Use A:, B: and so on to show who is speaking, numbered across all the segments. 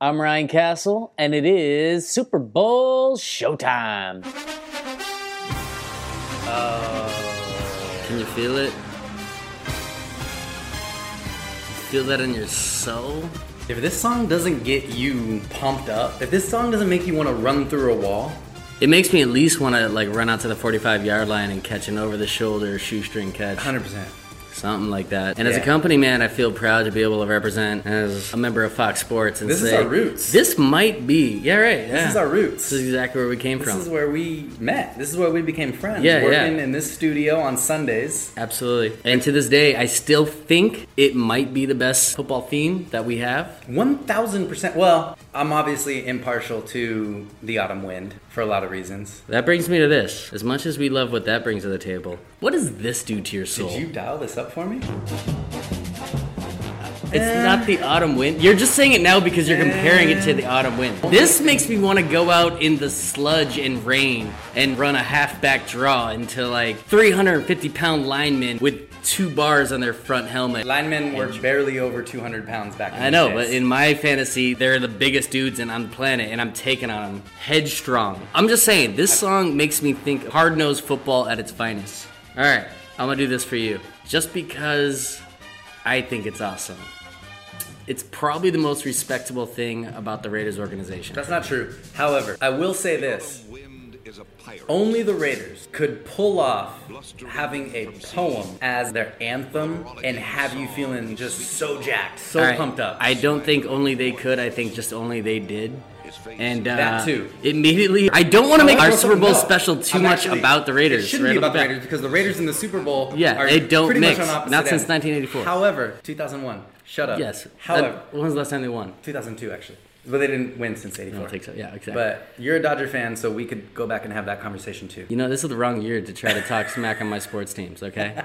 A: I'm Ryan Castle, and it is Super Bowl showtime.
B: Oh. Can you feel it? Feel that in your soul? If this song doesn't get you pumped up, if this song doesn't make you want to run through a wall, it makes me at least want to like run out to the 45 yard line and catch an over the shoulder shoestring catch.
C: 100%.
B: Something like that. And as a
C: Yeah.
B: company man, I feel proud to be able to represent as a member of Fox Sports and
C: This is
B: say,
C: our roots.
B: This might be. Yeah, right. yeah.
C: This is our roots.
B: This is exactly where we came
C: This
B: from.
C: is where we met. This is where we became friends.
B: Yeah, yeah.
C: working in this studio on Sundays.
B: Absolutely. And to this day, I still think it might be the best football theme that we have.
C: 1000%. Well, I'm obviously impartial to the autumn wind for a lot of reasons.
B: That brings me to this. As much as we love what that brings to the table, what does this do to your soul?
C: Did you dial this up for me?
B: it's not the autumn wind. You're just saying it now because you're comparing it to the autumn wind. This makes me want to go out in the sludge and rain and run a halfback draw into like 350 pound linemen with two bars on their front helmet.
C: Linemen were barely over 200 pounds back in
B: I know,
C: those
B: but
C: days.
B: in my fantasy, they're the biggest dudes in, on the planet, and I'm taking on them headstrong. I'm just saying, this song makes me think hard nosed football at its finest. All right, I'm gonna do this for you. Just because I think it's awesome. It's probably the most respectable thing about the Raiders organization.
C: That's not true. However, I will say this.
D: Wind is a pirate.
C: Only the Raiders could pull off having a poem as their anthem and have you feeling just so jacked, so
B: All right,
C: pumped up.
B: I don't think only they could. I think just only they did. And uh,
C: That too.
B: Immediately, I don't want to make
C: I
B: our
C: wanna throw
B: Super Bowl
C: something up.
B: special too
C: I'm
B: much
C: actually-
B: about the Raiders.
C: It shouldn't
B: right
C: be
B: off
C: about
B: the
C: the
B: bat.
C: Raiders because the Raiders in the Super Bowl.
B: Yeah,
C: are
B: they don't
C: pretty
B: mix.
C: Much on opposite
B: Not since
C: ends.
B: 1984.
C: However, 2001. Shut up.
B: Yes.
C: However,
B: That- when was the last time they won?
C: 2002 actually, but they didn't win since '84.
B: I don't think so. Yeah, exactly.
C: But you're a Dodger fan, so we could go back and have that conversation too.
B: you know, this is the wrong year to try to talk smack on my sports teams, okay?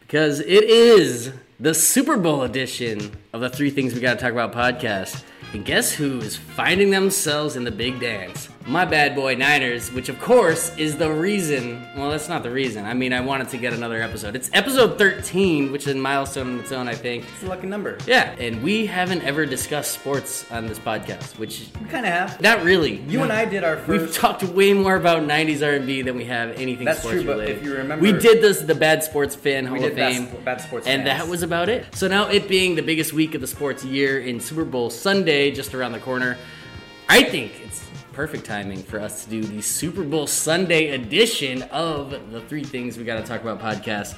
B: Because it is the Super Bowl edition of the Three Things We Gotta Talk About podcast. And guess who is finding themselves in the big dance? My bad boy Niners, which of course is the reason. Well, that's not the reason. I mean, I wanted to get another episode. It's episode 13, which is a milestone on its own, I think.
C: It's a lucky number.
B: Yeah, and we haven't ever discussed sports on this podcast, which
C: We kind of have.
B: Not really.
C: You and I did our first.
B: We've talked way more about '90s R&B than we have anything
C: That's
B: sports
C: true, but
B: related.
C: if you remember-
B: we did this the Bad Sports Fan Hall
C: did
B: of
C: Bad
B: Fame,
C: Sp- Bad Sports
B: and
C: Fans.
B: that was about it. So now it being the biggest week of the sports year in Super Bowl Sunday, just around the corner, I think it's perfect timing for us to do the Super Bowl Sunday edition of the Three Things We Got to Talk About podcast.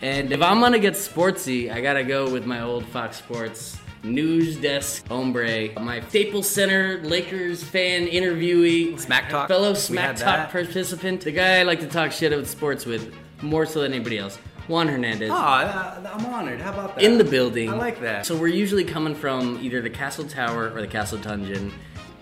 B: And if I'm gonna get sportsy, I gotta go with my old Fox Sports news desk hombre, my Staples Center Lakers fan interviewee,
C: Smack talk.
B: fellow
C: We
B: smack
C: had
B: talk
C: that.
B: participant, the guy I like to talk shit about sports with more so than anybody else, Juan Hernandez.
C: Aw, Ah, I- I'm honored. How about that?
B: In the building.
C: I like that.
B: So we're usually coming from either the Castle Tower or the Castle Dungeon.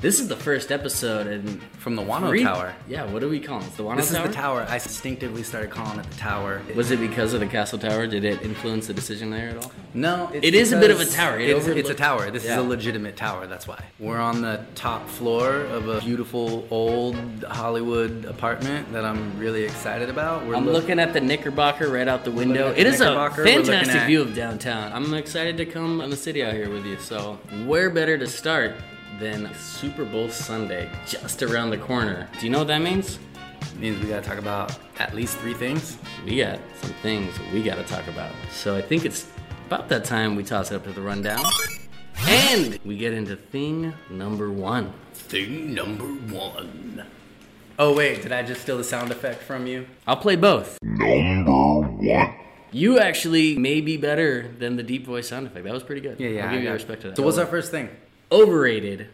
B: This is the first episode, and
C: from the Wano
B: Three-
C: Tower.
B: Yeah, what do we call it? It's the Wano
C: This
B: Tower?
C: is the tower. I instinctively started calling it the tower.
B: Was it because of the Castle Tower? Did it influence the decision there at all?
C: No, it's
B: It is a bit of a
C: because
B: tower. It
C: it's, it's a
B: overlook-
C: tower. This
B: Yeah.
C: is a legitimate tower. That's why we're on the top floor of a beautiful old Hollywood apartment that I'm really excited about. We're
B: I'm
C: look-
B: looking at the Knickerbocker right out the
C: looking
B: window.
C: at
B: It
C: the
B: is a
C: Knickerbocker, we're looking
B: fantastic
C: at-
B: view of downtown. I'm excited to come on the city out here with you. So, where better to start than Super Bowl Sunday, just around the corner? Do you know what that means?
C: means we gotta talk about at least three things.
B: We got some things we got to talk about. So, I think it's about that time we toss it up to the rundown. And we get into thing number one.
C: Thing number one. Oh wait, did I just steal the sound effect from you?
B: I'll play both. Number one. You actually may be better than the deep voice sound effect. That was pretty good. I'll give you respect to that.
C: So what's our first thing?
B: overrated,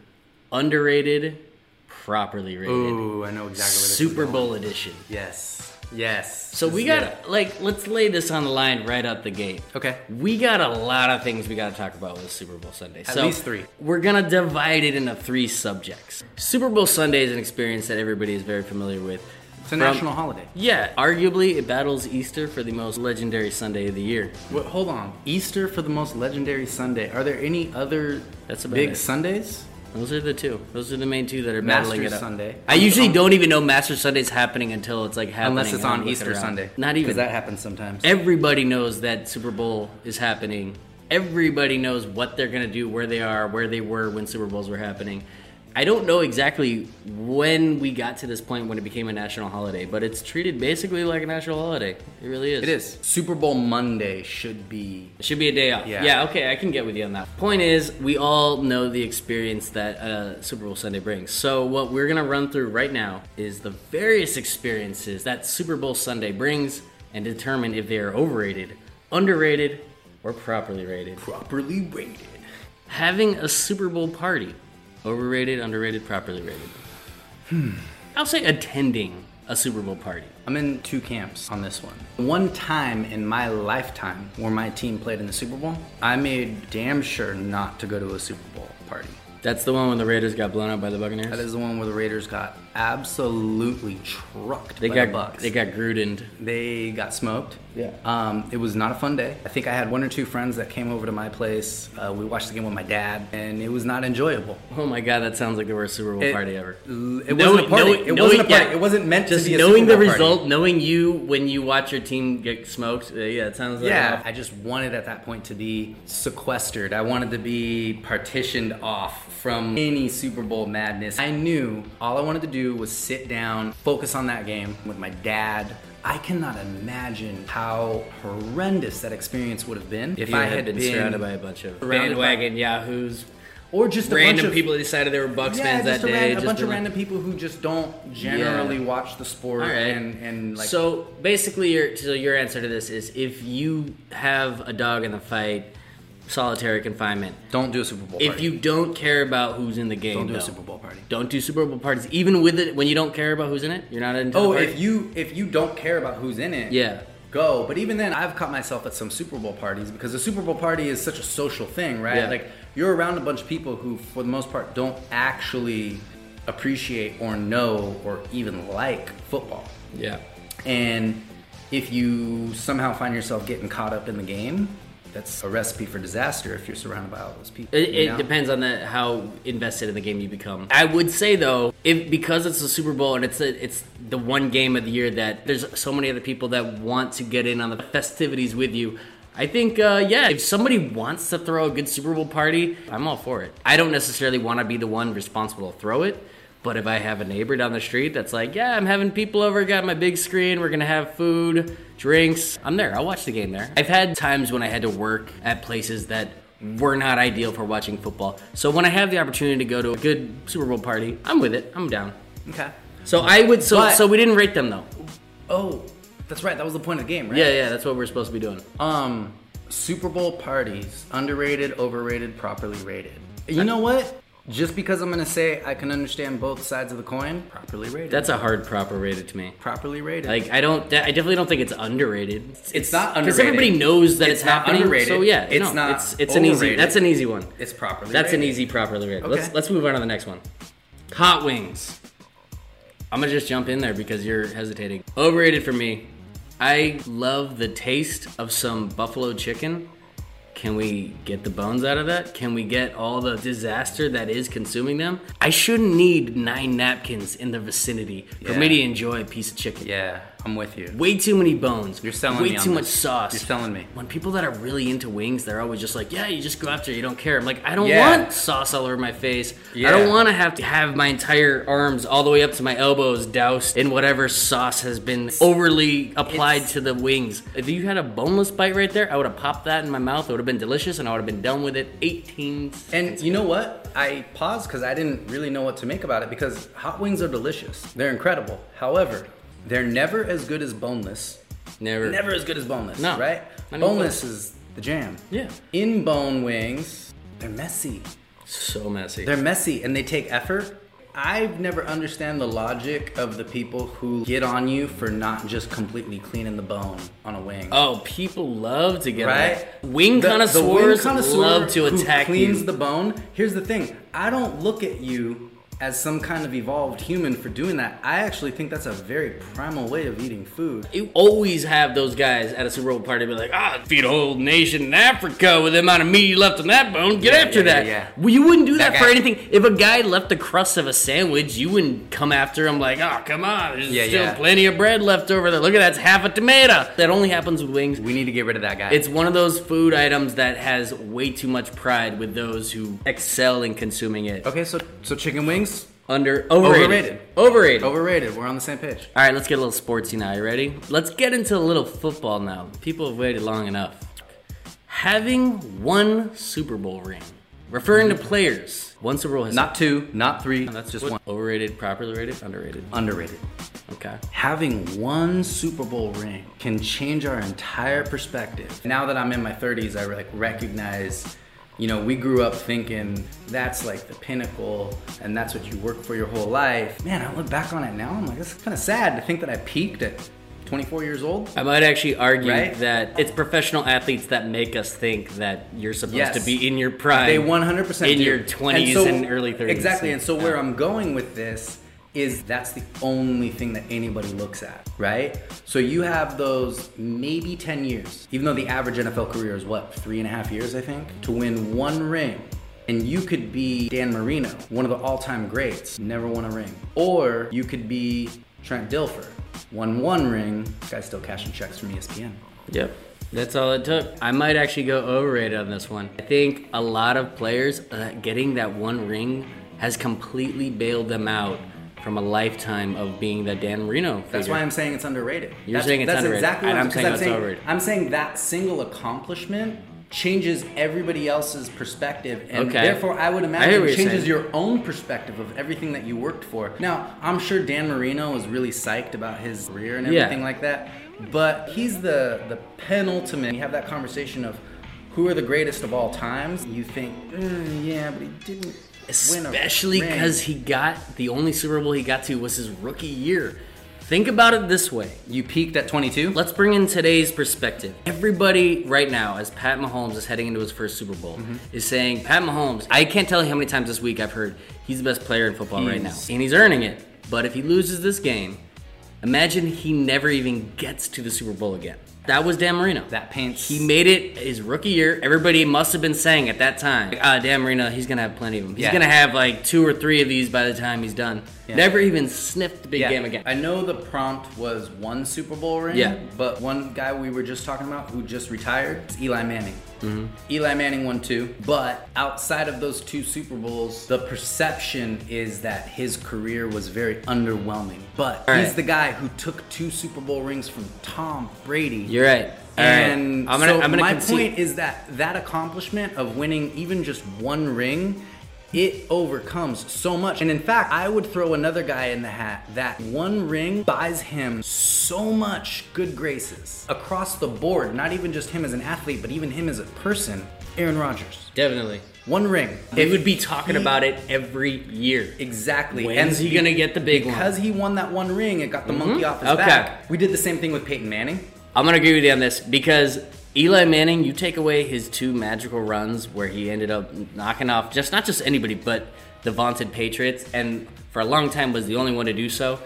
B: underrated, properly rated.
C: Ooh, I know exactly. What this is
B: Super
C: going.
B: Bowl edition.
C: Yes. Yes.
B: So
C: This
B: we
C: is
B: got
C: it.
B: to like let's lay this on the line right out the gate.
C: Okay.
B: We got a lot of things we got to talk about with Super Bowl Sunday. At
C: least three.
B: We're gonna divide it into three subjects. Super Bowl Sunday is an experience that everybody is very familiar with.
C: It's a
B: From-
C: national holiday.
B: Yeah, arguably it battles Easter for the most legendary Sunday of the year.
C: Wait, hold on. Easter for the most legendary Sunday. Are there any other
B: That's about
C: big
B: it.
C: Sundays?
B: Those are the two. Those are the main two that are
C: Masters
B: battling it up.
C: Sunday.
B: I
C: Um,
B: usually
C: um,
B: don't even know Master Sunday's happening until it's like happening.
C: Unless it's
B: and I
C: on
B: look
C: Easter
B: around.
C: Sunday.
B: Not
C: 'Cause
B: even.
C: that happens sometimes.
B: Everybody knows that Super Bowl is happening Everybody knows what they're going to do, where they are, where they were when Super Bowls were happening. I don't know exactly when we got to this point when it became a national holiday, but it's treated basically like a national holiday. It really is.
C: It is. Super Bowl Monday should be
B: It should be a day off.
C: Yeah.
B: okay, I can get with you on that. Point is, we all know the experience that uh, Super Bowl Sunday brings. So, what we're going to run through right now is the various experiences that Super Bowl Sunday brings and determine if they are overrated, underrated, or properly rated.
C: properly rated.
B: Having a Super Bowl party, overrated, underrated, properly rated. Hmm. I'll say attending a Super Bowl party.
C: I'm in two camps on this one. One time in my lifetime where my team played in the Super Bowl, I made damn sure not to go to a Super Bowl party.
B: That's the one when the Raiders got blown out by the Buccaneers.
C: That is the one where the Raiders got absolutely trucked
B: they
C: by
B: got
C: the Bucks.
B: they got Grudened.
C: They got smoked.
B: Yeah.
C: Um, it was not a fun day. I think I had one or two friends that came over to my place. Uh, we watched the game with my dad, and it was not enjoyable.
B: Oh my god, that sounds like the worst Super Bowl
C: It-
B: party ever.
C: L- It wasn't a
B: knowing-
C: party. it wasn't a
B: knowing-
C: party.
B: yeah.
C: It wasn't meant
B: Just
C: to be a
B: knowing the
C: Super Bowl party.
B: result, knowing you when you watch your team get smoked. uh, yeah, it sounds like
C: Yeah, I just wanted at that point to be sequestered. I wanted to be partitioned off from any Super Bowl madness. I knew all I wanted to do was sit down, focus on that game with my dad. I cannot imagine how horrendous that experience would have been if
B: If you
C: I had,
B: been, surrounded by a bunch of
C: surrounded by-
B: bandwagon yahoos,
C: or just a
B: random
C: bunch of,
B: people that decided they were Bucks
C: Yeah,
B: fans
C: just
B: that
C: a,
B: day.
C: ran- a
B: just
C: bunch of
B: been like-
C: random people who just don't generally watch the sport
B: All right.
C: and and like
B: so basically, your so your answer to this is if you have a dog in the fight, solitary confinement.
C: don't do a Super Bowl.
B: If
C: party.
B: you don't care about who's in the game,
C: don't do a
B: though,
C: Super Bowl party.
B: Don't do Super Bowl parties, even with it when you don't care about who's in it. You're not into.
C: Oh,
B: the party.
C: if you if you don't care about who's in it,
B: Yeah.
C: go. But even then, I've caught myself at some Super Bowl parties because the Super Bowl party is such a social thing, right?
B: Yeah.
C: Like you're around a bunch of people who, for the most part, don't actually appreciate or know or even like football.
B: yeah,
C: And if you somehow find yourself getting caught up in the game, that's a recipe for disaster if you're surrounded by all those people.
B: It,
C: you
B: it
C: know?
B: depends on the, how invested in the game you become. I would say though, if because it's the Super Bowl and it's a, it's the one game of the year that there's so many other people that want to get in on the festivities with you. I think uh, yeah, if somebody wants to throw a good Super Bowl party, I'm all for it. I don't necessarily want to be the one responsible to throw it. But if I have a neighbor down the street that's like, yeah, I'm having people over, got my big screen, we're gonna have food, drinks, I'm there. I'll watch the game there. I've had times when I had to work at places that were not ideal for watching football. So when I have the opportunity to go to a good Super Bowl party, I'm with it. I'm down.
C: Okay.
B: So I would. So
C: But-
B: so we didn't rate them though.
C: Oh, that's right. That was the point of the game, right?
B: Yeah, yeah, that's what we're supposed to be doing.
C: Um, Super Bowl parties, underrated, overrated, properly rated. You know what? Just because I'm gonna say I can understand both sides of the coin, properly rated.
B: That's a hard proper rated to me.
C: properly rated.
B: Like I don't. I definitely don't think it's underrated. It's,
C: not
B: Because
C: underrated.
B: everybody knows that it's,
C: not
B: happening.
C: underrated.
B: So yeah,
C: It's
B: no,
C: not
B: It's it's an easy.
C: overrated.
B: That's an easy one.
C: it's properly.
B: That's an
C: rated.
B: easy properly rated.
C: Okay.
B: Let's let's move on to the next one. Hot wings. I'm gonna just jump in there because you're hesitating. Overrated for me. I love the taste of some buffalo chicken. Can we get the bones out of that? Can we get all the disaster that is consuming them? I shouldn't need nine napkins in the vicinity for
C: Yeah.
B: me to enjoy a piece of chicken.
C: Yeah, I'm with you.
B: Way too many bones.
C: You're selling
B: Way
C: me on
B: too
C: this.
B: much sauce.
C: You're selling me.
B: When people that are really into wings, they're always just like, "Yeah, you just go after. it, You don't care." I'm like, I don't
C: Yeah.
B: want sauce all over my face. I
C: Yeah.
B: don't want to have to have my entire arms all the way up to my elbows doused in whatever sauce has been overly applied to the wings. If you had a boneless bite right there, I would have popped that in my mouth. It would have been delicious, and I would have been done with it. 18.
C: And you know what? I paused because I didn't really know what to make about it because hot wings are delicious. They're incredible. However, they're never as good as boneless.
B: Never.
C: Never as good as boneless.
B: No.
C: Right?
B: Not even
C: Boneless is the jam.
B: Yeah.
C: In bone wings, they're messy.
B: So messy.
C: They're messy and they take effort. I've never understand the logic of the people who get on you for not just completely cleaning the bone on a wing.
B: Oh, people love to get
C: Right?
B: that. Wing
C: The- the
B: connoisseurs
C: wing connoisseur
B: love to
C: who
B: attack
C: cleans
B: you.
C: the bone. Here's the thing. I don't look at you as some kind of evolved human for doing that. I actually think that's a very primal way of eating food.
B: You always have those guys at a Super Bowl party be like, ah, feed a whole nation in Africa with the amount of meat you left on that bone. Get
C: Yeah,
B: after
C: yeah, yeah,
B: that.
C: yeah.
B: Well, you wouldn't do that,
C: That
B: for
C: guy-
B: anything. If a guy left the crust of a sandwich, you wouldn't come after him like, oh, come on, there's
C: Yeah,
B: still
C: yeah.
B: plenty of bread left over there. Look at that, it's half a tomato. That only happens with wings.
C: We need to get rid of that guy.
B: It's one of those food items that has way too much pride with those who excel in consuming it.
C: okay, so so chicken wings
B: Under overrated.
C: Overrated.
B: Overrated.
C: overrated. We're on the same page.
B: All right, let's get a little sportsy now. You ready? Let's get into a little football now. People have waited long enough. Having one Super Bowl ring, referring to players, one Super Bowl has
C: Not two, not three.
B: That's
C: That's just
B: what-
C: one.
B: Overrated, properly rated, underrated.
C: Underrated.
B: Okay.
C: Having one Super Bowl ring can change our entire perspective. Now that I'm in my 30s, I like recognize, you know, we grew up thinking that's like the pinnacle and that's what you work for your whole life. Man, I look back on it now, I'm like, it's kind of sad to think that I peaked at 24 years old.
B: I might actually argue
C: Right?
B: that it's professional athletes that make us think that you're supposed
C: Yes.
B: to be in your prime.
C: They 100%
B: in
C: do.
B: your 20s and early 30s.
C: Exactly. And so
B: Yeah.
C: where I'm going with this is that's the only thing that anybody looks at, right? So you have those maybe 10 years, even though the average NFL career is what, three and a half years, I think, to win one ring. And you could be Dan Marino, one of the all time greats, never won a ring. Or you could be Trent Dilfer, won one ring, guy's still cashing checks from E ESPN.
B: Yep. That's all it took. I might actually go overrated on this one. I think a lot of players uh, getting that one ring has completely bailed them out from a lifetime of being the Dan Marino. Figure.
C: That's why I'm saying it's underrated.
B: You're
C: that's,
B: saying it's
C: that's
B: underrated,
C: Exactly
B: and
C: what
B: I'm saying
C: 'cause
B: it's overrated.
C: I'm saying that single accomplishment changes everybody else's perspective, and
B: Okay.
C: therefore I would
B: I hear
C: imagine
B: what you're
C: changes
B: saying.
C: your own perspective of everything that you worked for. Now I'm sure Dan Marino was really psyched about his career and
B: Yeah.
C: everything like that, but he's the the penultimate. You have that conversation of. Who are the greatest of all times? You think, "Mm, yeah, but he didn't. win a
B: Especially
C: ring."
B: because he got the only Super Bowl he got to was his rookie year. Think about it this way.
C: you peaked at 22.
B: Let's bring in today's perspective. Everybody right now, as Pat Mahomes is heading into his first Super Bowl,
C: Mm-hmm.
B: is saying, Pat Mahomes, I can't tell you how many times this week I've heard he's the best player in football right now.
C: He's-
B: And he's earning it. But if he loses this game, imagine he never even gets to the Super Bowl again. That was Dan Marino.
C: That paints.
B: He made it his rookie year. Everybody must have been saying at that time, like, ah, Dan Marino, he's going to have plenty of them. He's
C: Yeah.
B: going to have like two or three of these by the time he's done.
C: Yeah.
B: Never even sniffed the big game again.
C: I know the prompt was one Super Bowl ring.
B: Yeah.
C: But one guy we were just talking about who just retired is Eli Manning.
B: Mm-hmm.
C: Eli Manning won two. But outside of those two Super Bowls, the perception is that his career was very underwhelming. But
B: All right.
C: he's the guy who took two Super Bowl rings from Tom Brady.
B: You're right. All right.
C: And
B: I'm gonna,
C: so
B: I'm gonna
C: my
B: concede.
C: point is that that accomplishment of winning even just one ring, it overcomes so much. And in fact, I would throw another guy in the hat. That one ring buys him so much good graces across the board. Not even just him as an athlete, but even him as a person. Aaron Rodgers,
B: Definitely.
C: one ring.
B: They
C: If
B: would be talking
C: he-
B: about it every year.
C: Exactly.
B: When's he
C: be-
B: gonna get the big one? Mm-hmm.
C: Because he won that one ring, it got the monkey off his
B: Okay.
C: back. We did the same thing with Peyton Manning.
B: I'm gonna agree with you on this because Eli Manning, you take away his two magical runs where he ended up knocking off just not just anybody, but the vaunted Patriots, and for a long time was the only one to do so,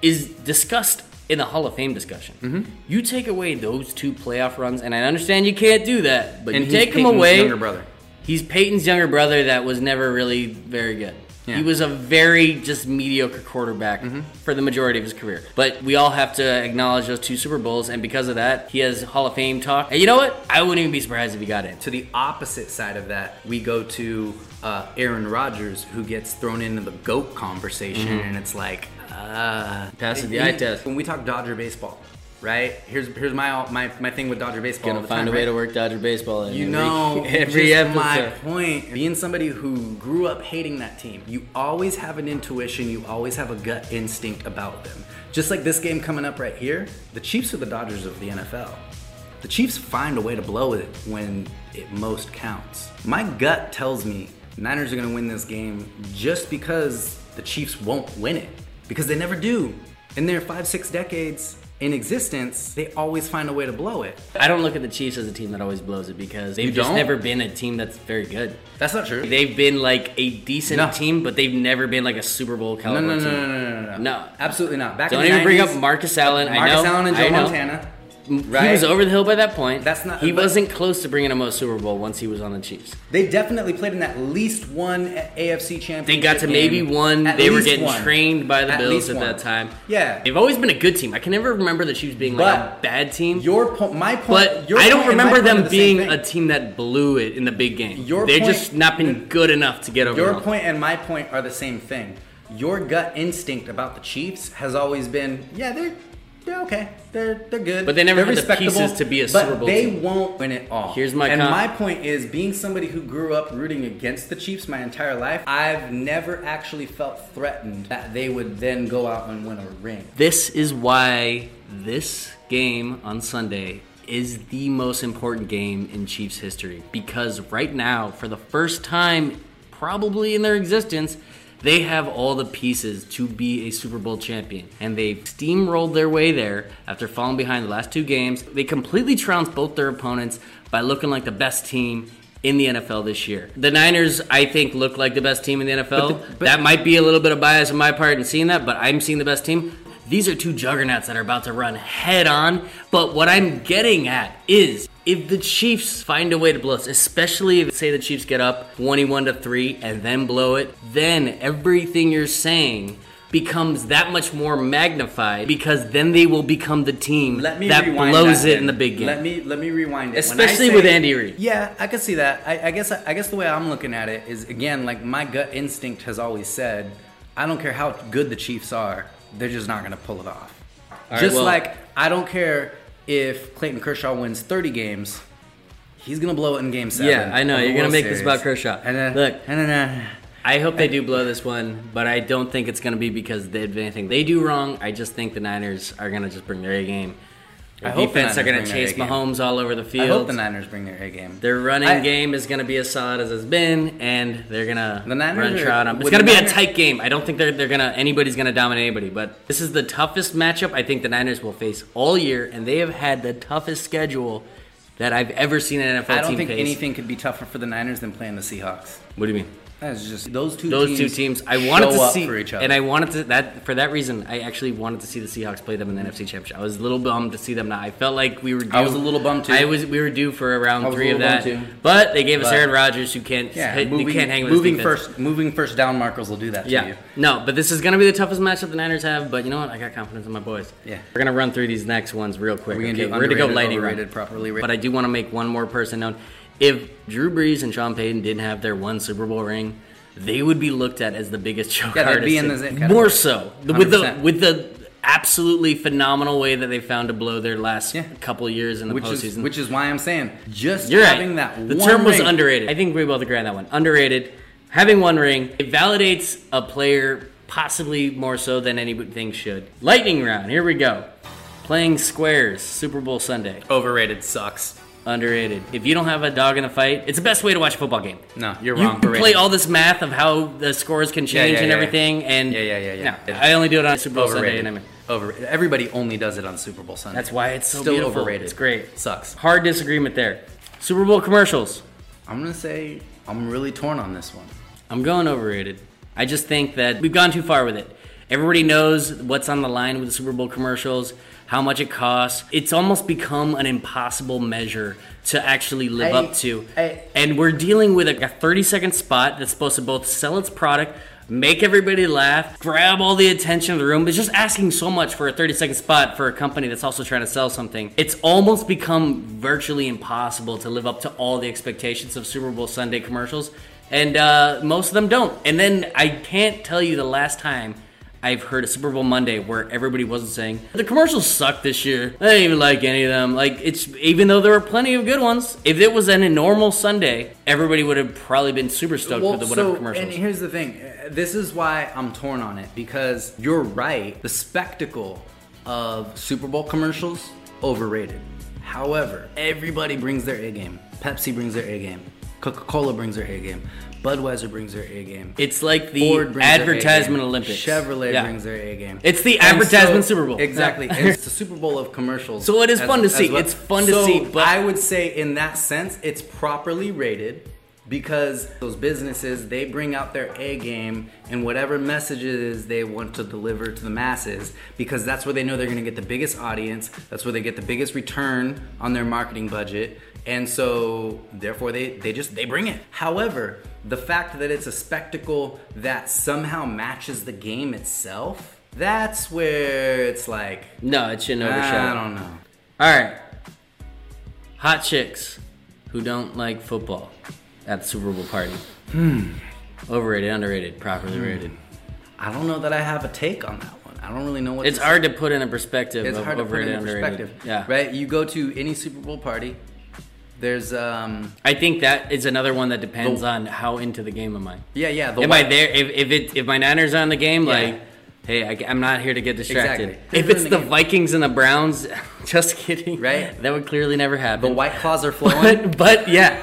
B: is discussed in the Hall of Fame discussion.
C: Mm-hmm.
B: You take away those two playoff runs, and I understand you can't do that, but you
C: he's
B: take him
C: Peyton's
B: away.
C: younger brother.
B: He's Peyton's younger brother that was never really very good.
C: Yeah.
B: He was a very just mediocre quarterback for the majority of his career. But we all have to acknowledge those two Super Bowls, and because of that, he has Hall of Fame talk. And you know what? I wouldn't even be surprised if he got in.
C: To the opposite side of that, we go to uh, Aaron Rodgers, who gets thrown into the GOAT conversation, and it's like, uh,
B: Passes the Mm-hmm. eye test.
C: When we talk Dodger baseball, right? Here's here's my my, my thing with Dodger baseball. all
B: Gonna
C: the
B: find
C: time,
B: a way
C: right?
B: to work Dodger baseball. In
C: You
B: every,
C: know,
B: every episode.
C: just my point. Being somebody who grew up hating that team, you always have an intuition. You always have a gut instinct about them. Just like this game coming up right here, the Chiefs are the Dodgers of the NFL. The Chiefs find a way to blow it when it most counts. My gut tells me Niners are going to win this game just because the Chiefs won't win it because they never do. In their five, six decades, in existence, they always find a way to blow it.
B: I don't look at the Chiefs as a team that always blows it because they've
C: You
B: just
C: don't?
B: never been a team that's very good.
C: That's not true.
B: They've been like a decent
C: No.
B: team, but they've never been like a Super Bowl
C: no,
B: caliber
C: no, no,
B: team.
C: no, no, no, no,
B: No.
C: Absolutely not. Back
B: Don't
C: in the
B: even bring
C: 90s,
B: up Marcus Allen. I
C: Marcus
B: know,
C: Allen and Joe
B: I know.
C: Montana.
B: He
C: Right.
B: was over the hill by that point.
C: That's not-
B: He
C: but-
B: wasn't close to bringing him a Super Bowl once he was on the Chiefs.
C: They definitely played in at least one AFC championship.
B: They got to maybe
C: game.
B: one.
C: At
B: they were
C: least
B: getting
C: one.
B: trained by the
C: At
B: Bills
C: least
B: at
C: one.
B: that time.
C: Yeah.
B: they've always been a good team. I can never remember the Chiefs being like a
C: But
B: bad team.
C: Your point, my point.
B: but
C: your
B: I don't
C: point and my
B: remember
C: point are
B: them
C: the same
B: being
C: thing.
B: a team that blew it in the big game.
C: Your
B: They've
C: point-
B: just not been good enough to get over. the
C: Your
B: hump.
C: point and my point are the same thing. Your gut instinct about the Chiefs has always been, yeah, they're they're okay, they're they're good,
B: But they never
C: they're
B: had the
C: respectable,
B: pieces to be a
C: but
B: Super Bowl
C: They
B: team.
C: won't win it all.
B: Here's my
C: and
B: con-
C: my point is being somebody who grew up rooting against the Chiefs my entire life. I've never actually felt threatened that they would then go out and win a ring.
B: This is why this game on Sunday is the most important game in Chiefs history because right now, for the first time probably in their existence, they have all the pieces to be a Super Bowl champion. And they've steamrolled their way there after falling behind the last two games. They completely trounced both their opponents by looking like the best team in the NFL this year. The Niners, I think, look like the best team in the NFL.
C: But the- but-
B: that might be a little bit of bias on my part in seeing that, but I'm seeing the best team. These are two juggernauts that are about to run head on. But what I'm getting at is if the Chiefs find a way to blow us, especially if say the Chiefs get up 21 to 3 and then blow it, then everything you're saying becomes that much more magnified because then they will become the team
C: Let me
B: that
C: rewind
B: blows
C: that
B: it
C: then.
B: in the big game.
C: Let me let me rewind it. When I
B: Especially
C: say-
B: with Andy Reid.
C: Yeah, I could see that. I, I guess I guess the way I'm looking at it is again like my gut instinct has always said, I don't care how good the Chiefs are, they're just not going to pull it off.
B: right,
C: just
B: well-
C: like I don't care if Clayton Kershaw wins 30 games, he's going to blow it in game 7.
B: Yeah, I know.
C: of the
B: You're gonna
C: World
B: make this
C: Series.
B: about Kershaw.
C: And then, uh,
B: Look.
C: and then,
B: I hope they do blow this one, but I don't think it's going to be because they did anything they do wrong. I just think the Niners are going to just bring their A game. Their
C: I hope the
B: defense are
C: Niners
B: going to
C: bring their
B: chase
C: A game.
B: Mahomes all over the
C: uh,
B: field.
C: I hope the Niners bring their A game.
B: their running
C: I-
B: game is going to be as solid as it's been, and they're going to
C: The Niners
B: run
C: are-
B: trot on. It's
C: with
B: going to
C: the
B: be a
C: Niners-
B: tight game. I don't think they're they're going to anybody's going to dominate anybody. But this is the toughest matchup I think the Niners will face all year, and they have had the toughest schedule that I've ever seen an NFL
C: I don't
B: team
C: think
B: face.
C: anything could be tougher for the Niners than playing the Seahawks.
B: What do you mean?
C: That's just those two.
B: those
C: teams
B: two teams. I wanted
C: show
B: to
C: up
B: see,
C: for each other.
B: and I wanted to that for that reason. I actually wanted to see the Seahawks play them in the NFC Championship. I was a little bummed to see them not. I felt like we were. Due,
C: I was a little bummed, too.
B: I was. We were due for a round
C: I was a
B: three of
C: little
B: that,
C: bummed, too.
B: but they gave us
C: But-
B: Aaron Rodgers, who can't.
C: Yeah,
B: hit,
C: moving,
B: who can't hang with his
C: moving
B: defense.
C: first, moving first down markers will do that to
B: Yeah,
C: you.
B: no, but this is going to be the toughest matchup the Niners have. But you know what? I got confidence in my boys.
C: Yeah.
B: we're going to run through these next ones real quick.
C: We're gonna
B: okay?
C: do
B: we're going to go
C: underrated,
B: lightning round.
C: overrated, properly rated.
B: But I do want to make one more person known. If Drew Brees and Sean Payton didn't have their one Super Bowl ring, they would be looked at as the biggest choke
C: Yeah, they'd
B: artists.
C: be in the same
B: more
C: category.
B: so with the
C: 100%.
B: with the absolutely phenomenal way that they found to blow their last
C: Yeah.
B: couple years in the
C: Which
B: postseason.
C: is which is why I'm saying just
B: You're
C: having
B: right.
C: that.
B: the
C: one
B: term was
C: ring-
B: underrated. I think we both agree on that one. Underrated. Having one ring, it validates a player possibly more so than anything should. Lightning round. Here we go. Playing squares. Super Bowl Sunday.
C: Overrated sucks.
B: Underrated. If you don't have a dog in the fight, it's the best way to watch a football game.
C: No, you're
B: You
C: wrong.
B: can play
C: Overrated.
B: all this math of how the scores can
C: Yeah,
B: change
C: yeah,
B: and
C: yeah.
B: everything, and
C: Yeah, yeah, yeah, yeah.
B: No, I only do it on Super Bowl Sunday,
C: Overrated.
B: and I'm,
C: Overrated. Everybody only does it on Super Bowl Sunday.
B: that's why it's so
C: Still
B: beautiful.
C: overrated.
B: It's great.
C: Sucks.
B: Hard disagreement there. Super Bowl commercials.
C: I'm gonna say I'm really torn on this one.
B: I'm going overrated. I just think that we've gone too far with it. Everybody knows what's on the line with the Super Bowl commercials, how much it costs. It's almost become an impossible measure to actually live
C: I-
B: up to.
C: I-
B: and we're dealing with a, a 30 second spot that's supposed to both sell its product, make everybody laugh, grab all the attention of the room. It's just asking so much for a 30 second spot for a company that's also trying to sell something. It's almost become virtually impossible to live up to all the expectations of Super Bowl Sunday commercials, and uh, most of them don't. And then I can't tell you the last time. I've heard a Super Bowl Monday where everybody wasn't saying the commercials suck this year. I didn't even like any of them. Like it's even though there were plenty of good ones. If it was an normal Sunday, everybody would have probably been super stoked with the whatever commercials.
C: And here's the thing. Uh, This is why I'm torn on it because you're right. The spectacle of Super Bowl commercials overrated. However, everybody brings their A game. Pepsi brings their A game. Coca-Cola brings their A game. Budweiser brings their A game.
B: It's like the
C: Ford brings their A
B: advertisement
C: game.
B: Olympics.
C: Chevrolet
B: Yeah.
C: brings their A game.
B: It's the
C: And
B: advertisement
C: so-
B: Super Bowl.
C: Exactly.
B: Yeah.
C: And it's the Super Bowl of commercials.
B: So it is fun to see.
C: well.
B: It's fun to
C: So
B: see, but-
C: I would say in that sense, it's properly rated because those businesses they bring out their A game and whatever messages they want to deliver to the masses because that's where they know they're going to get the biggest audience, that's where they get the biggest return on their marketing budget. And so therefore they they just they bring it. However, the fact that it's a spectacle that somehow matches the game itself, that's where it's like
B: No, it shouldn't overshadow.
C: I don't know.
B: All right. Hot chicks who don't like football at the Super Bowl party. Hmm. Overrated, underrated,
C: Hmm.
B: properly rated.
C: I don't know that I have a take on that one. I don't really know what
B: It's
C: to
B: hard to put in a perspective
C: It's
B: of
C: hard to put
B: overrated,
C: it in
B: underrated.
C: perspective.
B: Yeah.
C: Right. You go to any Super Bowl party. There's um.
B: I think that is another one that depends on how into the game am I.
C: Yeah, yeah. The
B: Am I
C: white-
B: there? If, if it if my Niners are on the game,
C: Yeah.
B: like, hey, I, am not here to get distracted.
C: Exactly.
B: If
C: They're
B: it's
C: in
B: the
C: the game.
B: Vikings and the Browns, just kidding.
C: Right.
B: That would clearly never happen.
C: The white claws are flowing.
B: But, but yeah,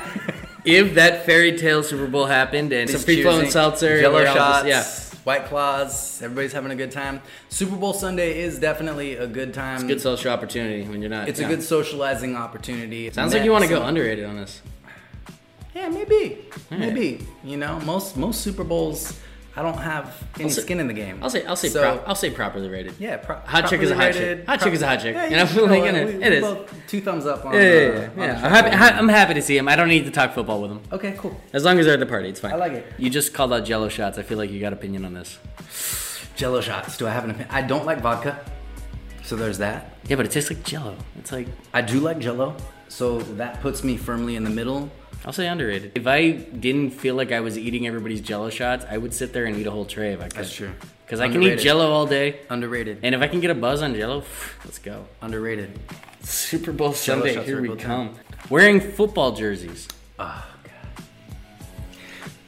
B: if that fairy tale Super Bowl happened and some
C: Everybody's
B: free flowing
C: cheersing,
B: seltzer,
C: Jello
B: we're all just-
C: shots.
B: yeah.
C: White claws. Everybody's having a good time. Super Bowl Sunday is definitely a good time. It's,
B: Good social opportunity when you're not.
C: a
B: yeah.
C: good socializing opportunity.
B: Sounds like you want to go underrated on this.
C: Yeah, maybe. Maybe. You know, most most Super Bowls, I don't have any
B: say-
C: skin in the game.
B: I'll say I'll say
C: So-
B: pro- I'll say properly rated.
C: Yeah, pro-
B: Hot chick is a
C: properly
B: hot chick.
C: rated,
B: Hot chick is a hot chick. And I'm
C: you know
B: like,
C: what,
B: it-
C: we-
B: it
C: we
B: is.
C: both two thumbs up on.
B: Yeah,
C: the-
B: yeah, yeah.
C: on the
B: yeah.
C: track
B: I'm, happy,
C: record.
B: ha- I'm happy to see him. I don't need to talk football with him.
C: Okay, cool.
B: As long as they're at the party, it's fine.
C: I like it.
B: You just called out Jello shots. I feel like you got opinion on this.
C: Jello shots. Do I have an opinion? I don't like vodka, so there's that.
B: Yeah, but it tastes like Jello. It's like
C: I do like Jello, so that puts me firmly in the middle.
B: I'll say underrated. If I didn't feel like I was eating everybody's Jello shots, I would sit there and eat a whole tray if I could.
C: That's true.
B: Because I can eat
C: Underrated.
B: Jello all day,
C: Underrated.
B: and if I can get a buzz on Jello, let's go.
C: Underrated.
B: Super Bowl Sunday,
C: shots
B: here
C: are
B: we
C: good
B: come.
C: time.
B: Wearing football jerseys.
C: Oh God.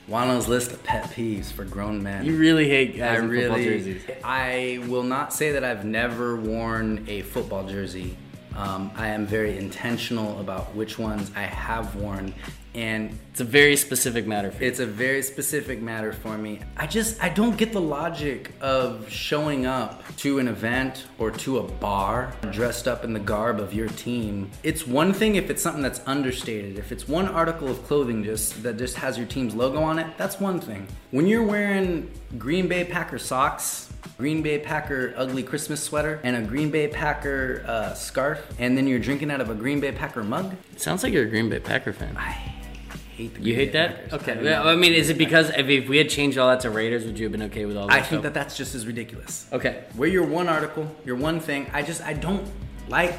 C: Wano's list of pet peeves for grown men.
B: You really hate
C: I
B: guys in football
C: really,
B: jerseys.
C: I will not say that I've never worn a football jersey. Um, I am very intentional about which ones I have worn, and
B: It's a very specific matter for you.
C: it's a very specific matter for me. I just I don't get the logic of showing up to an event or to a bar dressed up in the garb of your team. It's one thing if it's something that's understated. If it's one article of clothing just that just has your team's logo on it, that's one thing. When you're wearing Green Bay Packer socks, Green Bay Packer ugly Christmas sweater, and a Green Bay Packer uh, scarf, and then you're drinking out of a Green Bay Packer mug,
B: It sounds like you're a Green Bay Packer fan.
C: I hate the
B: You
C: Green
B: hate
C: Bay
B: that?
C: Packers.
B: Okay.
C: do
B: Well,
C: not
B: I mean, is it because if, if we had changed all that to Raiders, would you have been okay with all that?
C: I think
B: stuff?
C: that that's just as ridiculous.
B: Okay.
C: We're your one article, your one thing. I just I don't like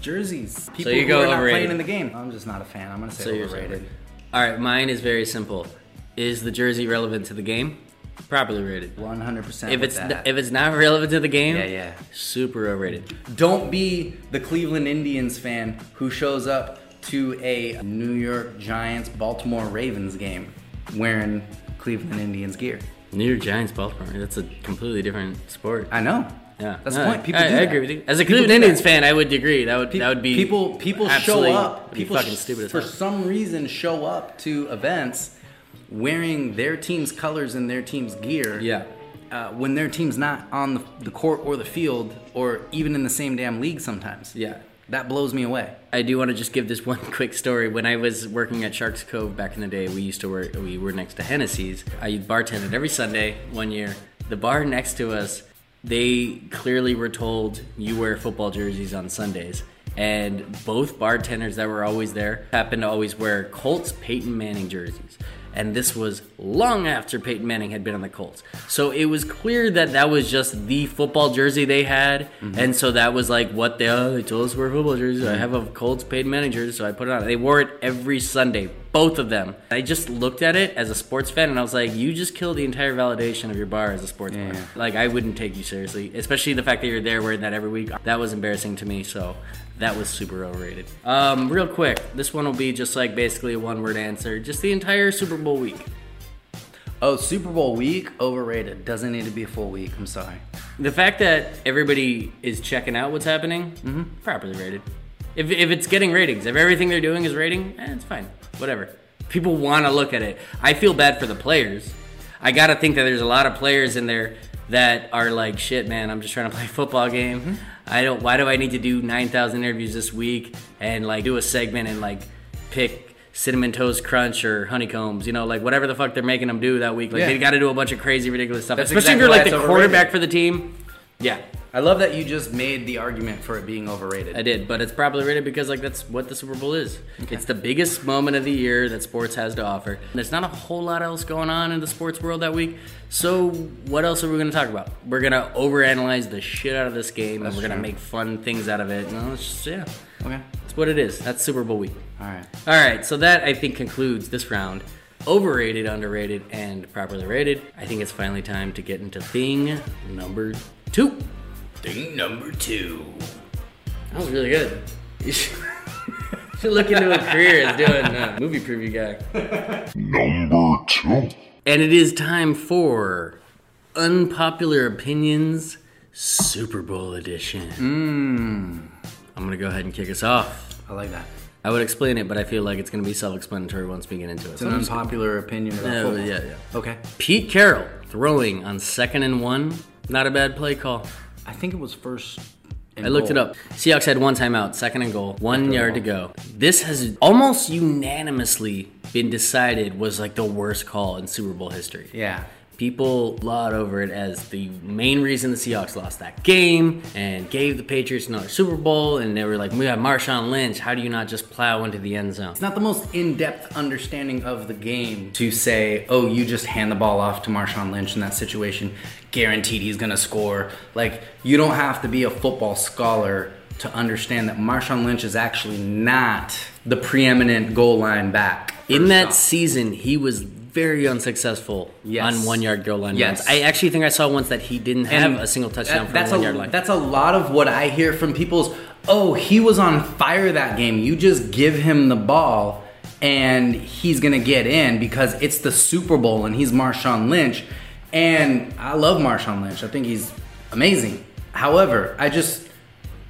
C: jerseys. People
B: you
C: who
B: go
C: are not
B: overrated.
C: playing in the game. I'm just not a fan. I'm gonna say
B: So you're
C: overrated.
B: overrated. All right, mine is very simple. Is the jersey relevant to the game? Properly rated.
C: 100. percent
B: If it's
C: that.
B: if it's not relevant to the game,
C: Yeah, yeah.
B: super overrated.
C: don't be the Cleveland Indians fan who shows up to a New York Giants Baltimore Ravens game wearing Cleveland Indians gear.
B: New York Giants, Baltimore. That's a completely different sport.
C: I know.
B: yeah,
C: that's
B: No,
C: the point. People
B: I,
C: do
B: I
C: that.
B: agree with you. As a
C: People
B: Cleveland
C: do that.
B: Indians fan, I would agree. That would
C: Pe-
B: that would be
C: people people show
B: absolutely-
C: up.
B: it'd be
C: People
B: fucking
C: sh-
B: stupid as
C: for
B: hell.
C: some reason show up to events wearing their team's colors and their team's gear.
B: Yeah.
C: Uh, when their team's not on the, the court or the field or even in the same damn league sometimes.
B: Yeah.
C: That blows me away.
B: I do want to just give this one quick story. When I was working at Sharks Cove back in the day, we used to work. We were next to Hennessy's. I bartended every Sunday. One year, the bar next to us, they clearly were told you wear football jerseys on Sundays. And both bartenders that were always there happened to always wear Colts Peyton Manning jerseys. And this was long after Peyton Manning had been on the Colts. So it was clear that that was just the football jersey they had. And so that was like what they, oh, they told us to wear football jerseys. I have a Colts Peyton Manning jersey, so I put it on. They wore it every Sunday, both of them. I just looked at it as a sports fan and I was like, you just killed the entire validation of your bar as a sports bar.
C: Yeah.
B: Like, I wouldn't take you seriously, especially the fact that you're there wearing that every week. That was embarrassing to me, so that was super overrated. Um, real quick, this one will be just like basically a one word answer, just the entire Super Bowl week.
C: Oh, Super Bowl week overrated. Doesn't need to be a full week. I'm sorry.
B: The fact that everybody is checking out what's happening, properly rated. If, if it's getting ratings, if everything they're doing is rating, eh, it's fine. Whatever. People want to look at it. I feel bad for the players. I got to think that there's a lot of players in there that are like, shit, man, I'm just trying to play a football game. I don't, why do I need to do 9,000 interviews this week and like do a segment and like pick cinnamon toast crunch or honeycombs, you know, like whatever the fuck they're making them do that week. Like
C: Yeah.
B: they got to do a bunch of crazy, ridiculous stuff.
C: That's
B: Especially
C: exactly why
B: if you're like
C: it's
B: the
C: overrated.
B: quarterback for the team. Yeah,
C: I love that you just made the argument for it being overrated.
B: I did, but it's probably rated because like that's what the Super Bowl is. It's the biggest moment of the year that sports has to offer. There's not a whole lot else going on in the sports world that week. So what else are we going to talk about? We're going to overanalyze the shit out of this game, and we're going to make fun things out of it. No, it's just yeah,
C: Okay.
B: it's what it is. That's Super Bowl week.
C: All right.
B: All right, so that I think concludes this round. Overrated, underrated, and properly rated. I think it's finally time to get into thing number two.
C: Thing number two.
B: That was really good. You should should look into a career as doing a movie preview guy.
D: Number two.
B: And it is time for Unpopular Opinions Super Bowl Edition. I'm going to go ahead and kick us off.
C: I like that.
B: I would explain it, but I feel like it's going to be self explanatory once we get into it.
C: It's an unpopular opinion about
B: Oh,
C: football.
B: yeah, yeah.
C: Okay.
B: Pete Carroll throwing on second and one. Not a bad play call.
C: I think it was first. and
B: I looked it
C: goal.
B: up. Seahawks had one timeout, second and goal, one yard to go. This has almost unanimously been decided was like the worst call in Super Bowl history.
C: Yeah.
B: People laud over it as the main reason the Seahawks lost that game and gave the Patriots another Super Bowl. And they were like, we got Marshawn Lynch. How do you not just plow into the end zone?
C: It's not the most in-depth understanding of the game to say, "Oh, you just hand the ball off to Marshawn Lynch in that situation, guaranteed he's going to score." Like you don't have to be a football scholar to understand that Marshawn Lynch is actually not the preeminent goal line back.
B: In
C: first
B: that
C: off.
B: season, he was very unsuccessful
C: Yes.
B: on one yard goal line
C: Yes.
B: runs. I actually think I saw once that he didn't have
C: And
B: a single
C: that-
B: touchdown
C: that's
B: from one
C: a,
B: yard line.
C: That's a lot of what I hear from people's. Oh, he was on fire that game. You just give him the ball, and he's gonna get in because it's the Super Bowl, and he's Marshawn Lynch, and I love Marshawn Lynch. I think he's amazing. However, I just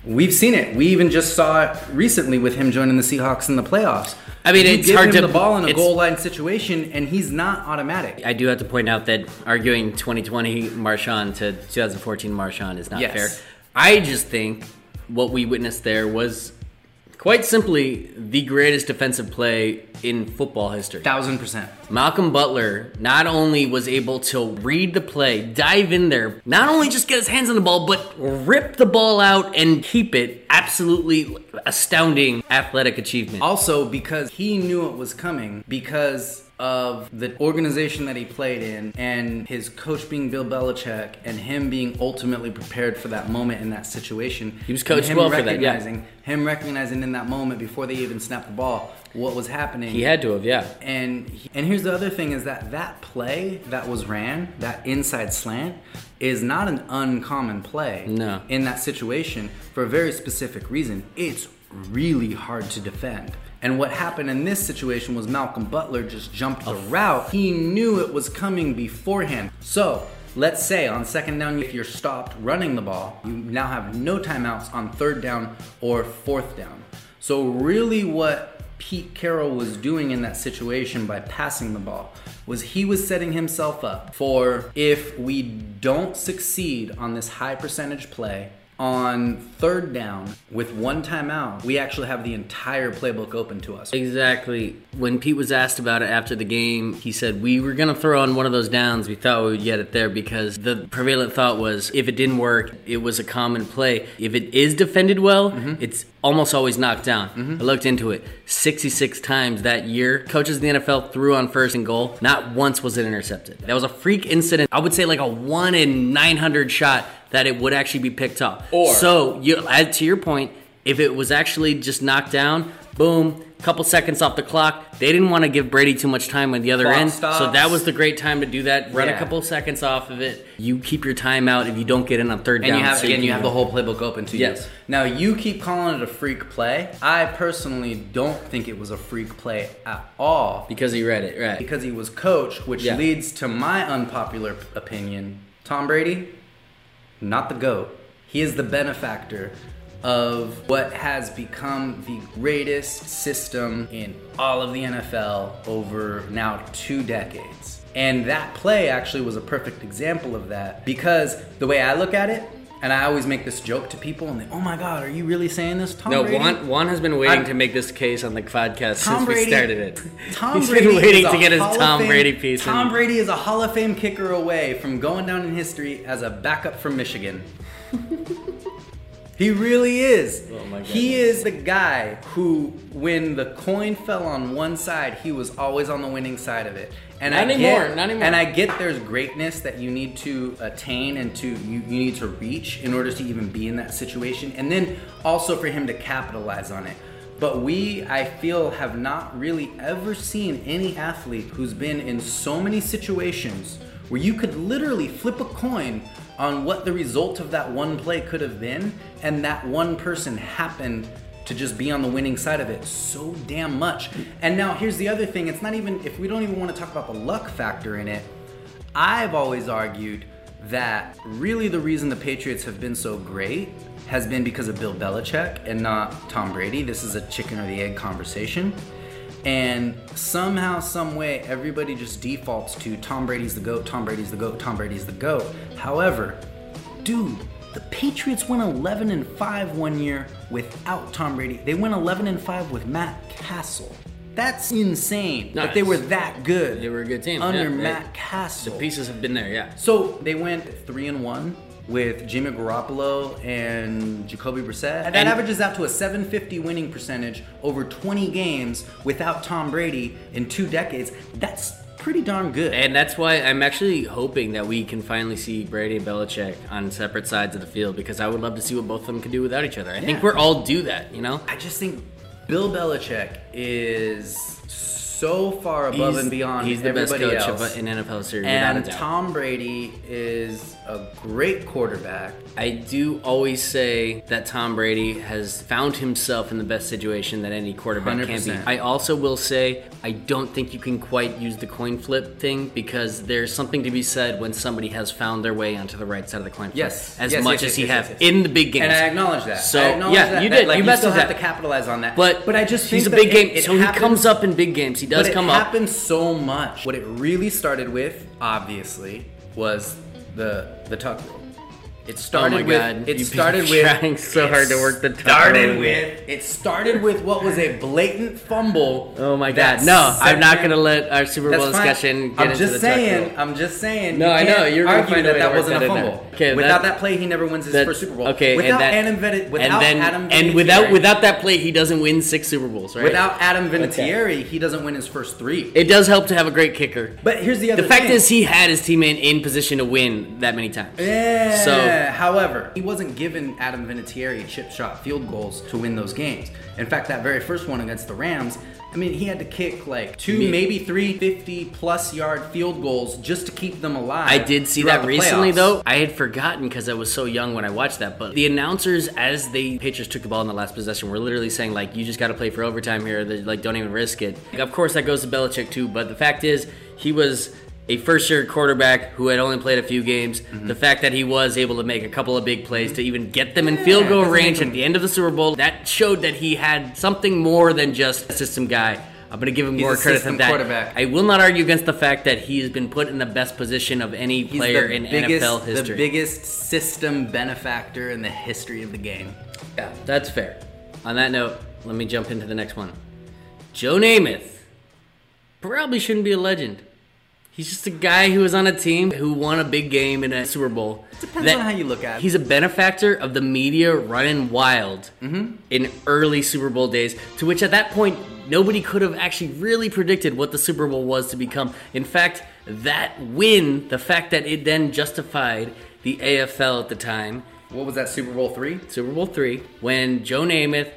C: we've seen it. We even just saw it recently with him joining the Seahawks in the playoffs.
B: I mean,
C: You
B: it's
C: give
B: hard
C: him
B: to-
C: the ball in a
B: it's-
C: goal line situation, and he's not automatic.
B: I do have to point out that arguing 2020 Marshawn to 2014 Marshawn is not
C: Yes.
B: fair. I just think what we witnessed there was quite simply the greatest defensive play in football history.
C: Thousand percent.
B: Malcolm Butler not only was able to read the play, dive in there, not only just get his hands on the ball, but rip the ball out and keep it. Absolutely astounding athletic achievement.
C: Also, because he knew it was coming because of the organization that he played in and his coach being Bill Belichick and him being ultimately prepared for that moment in that situation. He
B: was coached well for that, yeah.
C: Him recognizing in that moment before they even snapped the ball what was happening.
B: He had to have, yeah.
C: And he- and here's the other thing is that that play that was ran, that inside slant, is not an uncommon play.
B: No.
C: In that situation, for a very specific reason, it's really hard to defend. And what happened in this situation was Malcolm Butler just jumped the route. He knew it was coming beforehand. So. Let's say on second down, if you're stopped running the ball, you now have no timeouts on third down or fourth down. So, really, what Pete Carroll was doing in that situation by passing the ball was he was setting himself up for if we don't succeed on this high percentage play on third down with one timeout, we actually have the entire playbook open to us.
B: Exactly. When Pete was asked about it after the game, he said, We were going to throw on one of those downs. We thought we would get it there because the prevalent thought was if it didn't work, it was a common play. If it is defended well, it's almost always knocked down. I looked into it 66 times that year. Coaches in the NFL threw on first and goal. Not once was it intercepted. That was a freak incident. I would say like a 1 in 900 shot that it would actually be picked up. Or so Oh, you, as to your point, if it was actually just knocked down, boom, couple seconds off the clock. They didn't want to give Brady too much time on the other
C: Clock
B: end, so
C: stops.
B: that was the great time to do that. Run a
C: Yeah.
B: couple seconds off of it. You keep your time out if you don't get in on third
C: and
B: down.
C: you have
B: so
C: again,
B: can
C: you have
B: win.
C: the whole playbook open to
B: Yes.
C: you. Now you keep calling it a freak play. I personally don't think it was a freak play at all
B: because he read it right.
C: because he was coach, which
B: Yeah.
C: leads to my unpopular p- opinion. Tom Brady, not the GOAT. He is the benefactor of what has become the greatest system in all of the NFL over now two decades. And that play actually was a perfect example of that because the way I look at it, and I always make this joke to people, and they, oh my God, are you really saying this? Tom
B: No,
C: Brady?
B: Juan, Juan has been waiting
C: I-
B: to make this case on the podcast since
C: Tom Brady
B: we started it.
C: Tom
B: He's
C: Brady
B: been waiting
C: is
B: to
C: a
B: get his
C: Hall of
B: Tom
C: Fame-
B: Brady piece.
C: Tom
B: in.
C: Brady is a Hall of Fame kicker away from going down in history as a backup from Michigan. he really is.
B: Oh my
C: he is the guy who, when the coin fell on one side, he was always on the winning side of it. And
B: Not
C: I
B: anymore,
C: get,
B: not anymore.
C: And I get there's greatness that you need to attain and to you, you need to reach in order to even be in that situation, and then also for him to capitalize on it. But we, I feel, have not really ever seen any athlete who's been in so many situations where you could literally flip a coin on what the result of that one play could have been, and that one person happened to just be on the winning side of it so damn much. And now here's the other thing it's not even, if we don't even want to talk about the luck factor in it, I've always argued that really the reason the Patriots have been so great has been because of Bill Belichick and not Tom Brady. This is a chicken or the egg conversation. And somehow, some way, everybody just defaults to Tom Brady's the GOAT, Tom Brady's the GOAT, Tom Brady's the GOAT. However, dude, the Patriots went 11 and 5 one year without Tom Brady. They went 11 and 5 with Matt Castle. That's insane that they
B: Nice.
C: were that good.
B: They were a good team,
C: Under
B: yeah, they-
C: Matt Castle.
B: Pieces have been there, yeah.
C: So they went three and one with Jimmy Garoppolo and Jacoby Brissett. And that
B: And-
C: averages out to a 750 winning percentage over 20 games without Tom Brady in two decades. That's pretty darn good.
B: And that's why I'm actually hoping that we can finally see Brady and Belichick on separate sides of the field because I would love to see what both of them can do without each other. I think
C: Yeah.
B: we're all do that, you know?
C: I just think Bill Belichick is so far above and beyond
B: he's the best
C: everybody
B: coach
C: else.
B: of- uh, in NFL series
C: and
B: without a doubt.
C: Tom Brady is a great quarterback.
B: I do always say that Tom Brady has found himself in the best situation that any quarterback can be.
C: 100%.
B: I also will say I don't think you can quite use the coin flip thing because there's something to be said when somebody has found their way onto the right side of the coin flip.
C: Yes.
B: as
C: Yes,
B: much
C: yes,
B: as
C: yes,
B: he
C: yes,
B: have
C: yes, yes.
B: in the big games.
C: And I acknowledge that.
B: So
C: I acknowledge
B: yeah,
C: that,
B: you
C: that,
B: did.
C: Like,
B: you
C: you
B: messed
C: still
B: with
C: have
B: that.
C: to capitalize on that.
B: But
C: but I just think
B: he's a
C: that
B: big
C: it-
B: game,
C: it
B: so he
C: happens-
B: comes up in big games. He does
C: but
B: come
C: it
B: up.
C: happened so much. What it really started with, obviously, was the the tuck rule. It started with.
B: Oh God,
C: It
B: you've been
C: started with.
B: trying so
C: it
B: hard to work the tuck
C: started
B: rule.
C: with. It started with what was a blatant fumble.
B: Oh my
C: that
B: god! No, I'm not
C: sent-
B: gonna let our Super
C: That's
B: Bowl
C: fine.
B: discussion get
C: I'm
B: into
C: just
B: the tuck
C: saying. uh,
B: rule.
C: I'm just saying.
B: No,
C: you
B: I know,
C: can't
B: you're gonna
C: argue
B: find a
C: that
B: way to
C: that
B: work
C: wasn't
B: that
C: a
B: in there.
C: fumble.
B: Okay,
C: without
B: that-
C: that play, he never wins his
B: That-
C: first Super Bowl.
B: Okay, and
C: without
B: that,
C: Adam Vinatieri, without
B: and then,
C: Adam
B: and without
C: Vinatieri,
B: without that play, he doesn't win six Super Bowls, right?
C: without Adam Vinatieri, he doesn't win his first three.
B: it does help to have a great kicker.
C: But here's the other
B: The fact
C: thing.
B: is, he had his teammate in position to win that many times.
C: Yeah.
B: So
C: however, he wasn't given Adam Vinatieri chip shot field goals to win those games. In fact, that very first one against the Rams, I mean, he had to kick like two,
B: Me-
C: maybe three 50 plus yard field goals just to keep them alive.
B: I did see
C: throughout
B: that
C: the
B: recently,
C: playoffs.
B: though. I had forgotten because I was so young when I watched that. But the announcers, as the Patriots took the ball in the last possession, were literally saying like, "You just got to play for overtime here. They, like, don't even risk it." Like, of course, that goes to Belichick too. But the fact is, he was a first-year quarterback who had only played a few games.
C: Mm-hmm.
B: The fact that he was able to make a couple of big plays to even get them in field goal
C: doesn't
B: range
C: even-
B: at the end of the Super Bowl, that showed that he had something more than just a system guy. I'm gonna give him more
C: a
B: credit
C: system
B: than that.
C: quarterback.
B: I will not argue against the fact that he has been put in the best position of any
C: He's
B: player
C: the
B: in
C: biggest,
B: NFL history.
C: The biggest system benefactor in the history of the game.
B: yeah, that's fair. On that note, let me jump into the next one. Joe Namath probably shouldn't be a legend. He's just a guy who was on a team who won a big game in a Super Bowl.
C: Depends on how you look at it.
B: He's a benefactor of the media running wild in early Super Bowl days, to which at that point nobody could have actually really predicted what the Super Bowl was to become. In fact, that win, the fact that it then justified the AFL at the time,
C: What was that, Super Bowl three?
B: Super Bowl three, when Joe Namath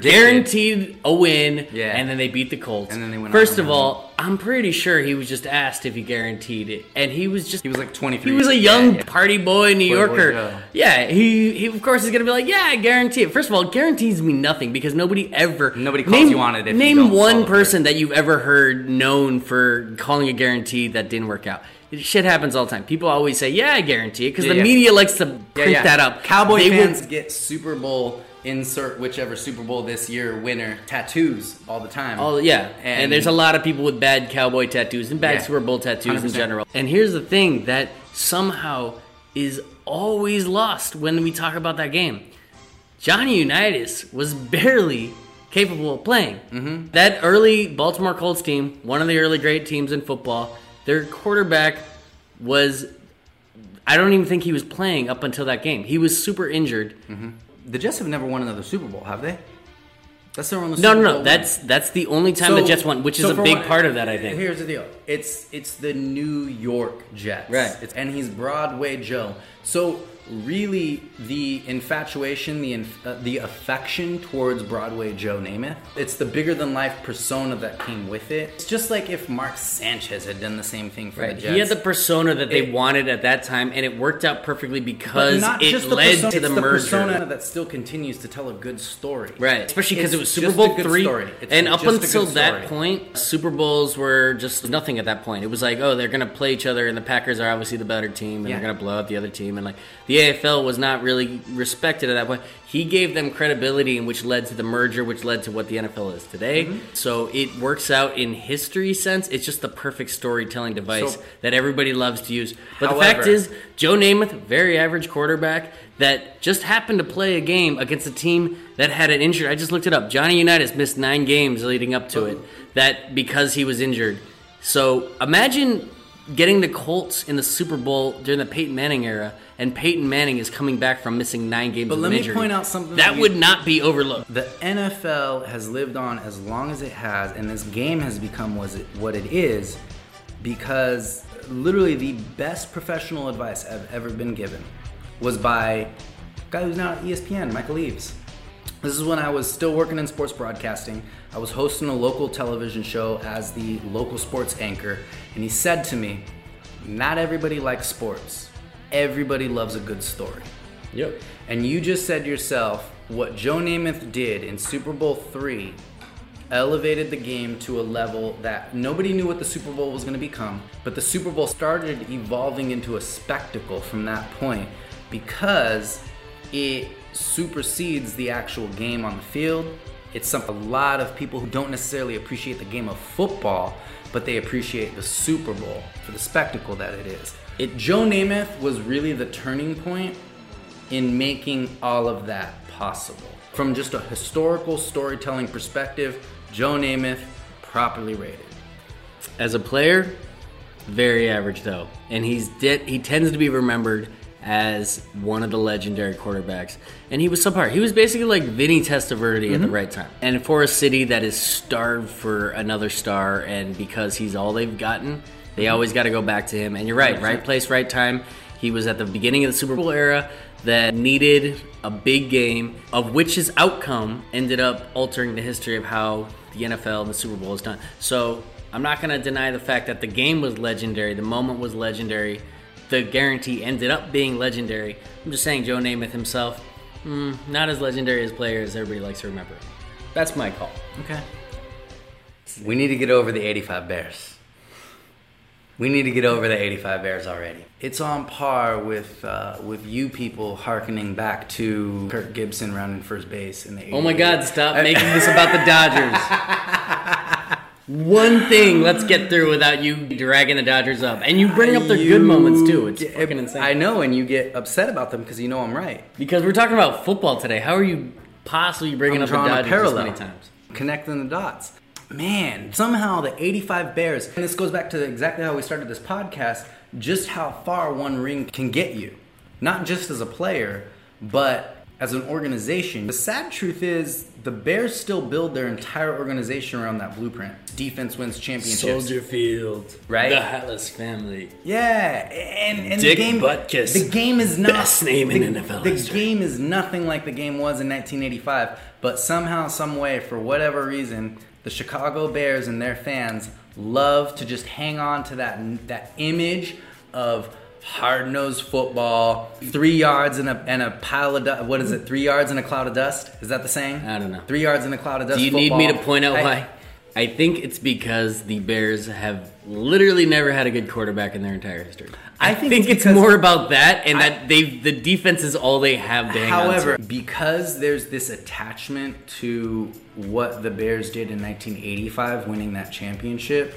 B: guaranteed a win,
C: Yeah.
B: and then they beat the Colts.
C: And then they went
B: First
C: on
B: of
C: and on.
B: all, I'm pretty sure he was just asked if he guaranteed it, and he was just
C: He was like 23.
B: he was a young
C: Yeah, yeah.
B: party boy, New
C: Party boy
B: Yorker.
C: Joe.
B: yeah, he, he of course is gonna be like, yeah, I guarantee it. First of all, guarantees mean nothing because nobody ever
C: Nobody calls you on it if you
B: name
C: don't follow
B: one
C: through.
B: person that you've ever heard known for calling a guarantee that didn't work out. shit happens all the time. People always say, "Yeah, I guarantee it," because
C: Yeah,
B: the
C: yeah.
B: media likes to print that up.
C: Cowboy
B: They will-
C: fans get Super Bowl insert whichever Super Bowl this year winner tattoos all the time.
B: Oh yeah, and,
C: And-
B: there's a lot of people with bad cowboy tattoos and bad
C: Yeah.
B: Super Bowl tattoos in
C: 100%.
B: general. And here's the thing that somehow is always lost when we talk about that game. Johnny Unitas was barely capable of playing. Mm-hmm. That early Baltimore Colts team, one of the early great teams in football, their quarterback was. I don't even think he was playing up until that game. He was super injured.
C: Mm-hmm. the Jets have never won another Super Bowl, have they? That's their only.
B: No, no,
C: Super Bowl
B: no.
C: win.
B: That's that's the only time the Jets won, which
C: so
B: is a
C: for
B: big
C: one-
B: part of that. I think.
C: Here's the deal. It's it's the New York Jets.
B: Right.
C: It's, and he's Broadway Joe. So really the infatuation, the inf- uh, the affection towards Broadway Joe Namath, it's the bigger than life persona that came with it. It's just like if Mark Sanchez had done the same thing for the Jets.
B: He had the persona that they
C: It-
B: wanted at that time, and it worked out perfectly
C: But
B: because it led
C: persona,
B: to the
C: it's
B: merger.
C: persona that still continues to tell a good story.
B: Right, especially because it
C: It's
B: was Super
C: just
B: Bowl
C: a good
B: three,
C: story. It's
B: and up
C: just a good
B: until that
C: story.
B: point, Super Bowls were just nothing at that point. It was like, oh, they're gonna play each other, and the Packers are obviously the better team, and
C: Yeah.
B: they're gonna blow out the other team, and like the AFL was not really respected at that point. He gave them credibility, and which led to the merger, which led to what the NFL is today.
C: Mm-hmm.
B: So it works out in history sense. It's just the perfect storytelling device
C: So-
B: that everybody loves to use. But the fact
C: However-
B: is, Joe Namath, very average quarterback that just happened to play a game against a team that had an injury. I just looked it up. Johnny Unitas missed nine games leading up to it. That because he was injured. So imagine getting the Colts in the Super Bowl during the Peyton Manning era, and Peyton Manning is coming back from missing nine games.
C: But
B: with
C: let
B: an
C: me
B: injury.
C: point out something
B: that
C: that you-
B: would not be overlooked.
C: The NFL has lived on as long as it has, and this game has become was it what it is, because literally the best professional advice I've ever been given was by a guy who's now at E ESPN, Michael Eaves. This is when I was still working in sports broadcasting. I was hosting a local television show as the local sports anchor, and he said to me, "Not everybody likes sports. Everybody loves a good story."
B: Yep.
C: And you just said yourself what Joe Namath did in Super Bowl three elevated the game to a level that nobody knew what the Super Bowl was going to become, but the Super Bowl started evolving into a spectacle from that point because it supersedes the actual game on the field. It's something a lot of people who don't necessarily appreciate the game of football, but they appreciate the Super Bowl for the spectacle that it is. It Joe Namath was really the turning point in making all of that possible. From just a historical storytelling perspective, Joe Namath properly rated.
B: As a player, very average though, and he's de- he tends to be remembered as one of the legendary quarterbacks. And he was subpar. He was basically like Vinny Testaverde at the right time. And for a city that is starved for another star, and because he's all they've gotten, they always got to go back to him. And you're right, right place, right time. He was at the beginning of the Super Bowl era that needed a big game, of which his outcome ended up altering the history of how the NFL and the Super Bowl is done. So I'm not going to deny the fact that the game was legendary, the moment was legendary, the guarantee ended up being legendary. I'm just saying, Joe Namath himself, mm, not as legendary as player as everybody likes to remember. That's my call.
C: Okay. We need to get over the 85 Bears. We need to get over the 85 Bears already. It's on par with uh, with you people hearkening back to Kirk Gibson rounding first base in the Uh,
B: Oh my God, stop making this about the Dodgers. One thing let's get through without you dragging the Dodgers up. And you bring up their good moments too. It's fucking insane.
C: I know, and you get upset about them because you know I'm right.
B: because we're talking about football today. How are you possibly bringing
C: I'm
B: up the
C: drawing a
B: Dodgers this
C: parallel.
B: many times?
C: Connecting the dots. Man, somehow the 85 Bears, and this goes back to exactly how we started this podcast, just how far one ring can get you. Not just as a player, but as an organization. The sad truth is, the Bears still build their entire organization around that blueprint. Defense wins championships.
B: Field,
C: Right?
B: The Hatless family.
C: Yeah, and, and
B: Dick
C: the game
B: Butkus.
C: The game is not
B: Best name in
C: the,
B: NFL
C: The
B: history.
C: game is nothing like the game was in 1985, but somehow, some way, for whatever reason, the Chicago Bears and their fans love to just hang on to that that image of hard-nosed football, three yards and a and a pile of du- what is it? Three yards in a cloud of dust. Is that the saying?
B: I don't know.
C: Three yards in a cloud of dust.
B: Do you need me
C: football.
B: to point out
C: I-
B: why? I think it's because the Bears have literally never had a good quarterback in their entire history.
C: I
B: I
C: think
B: think,
C: it's
B: it's,
C: because-
B: more about that and that they the defense is all they have to hang on to.
C: However, because there's this attachment to what the Bears did in 1985, winning that championship,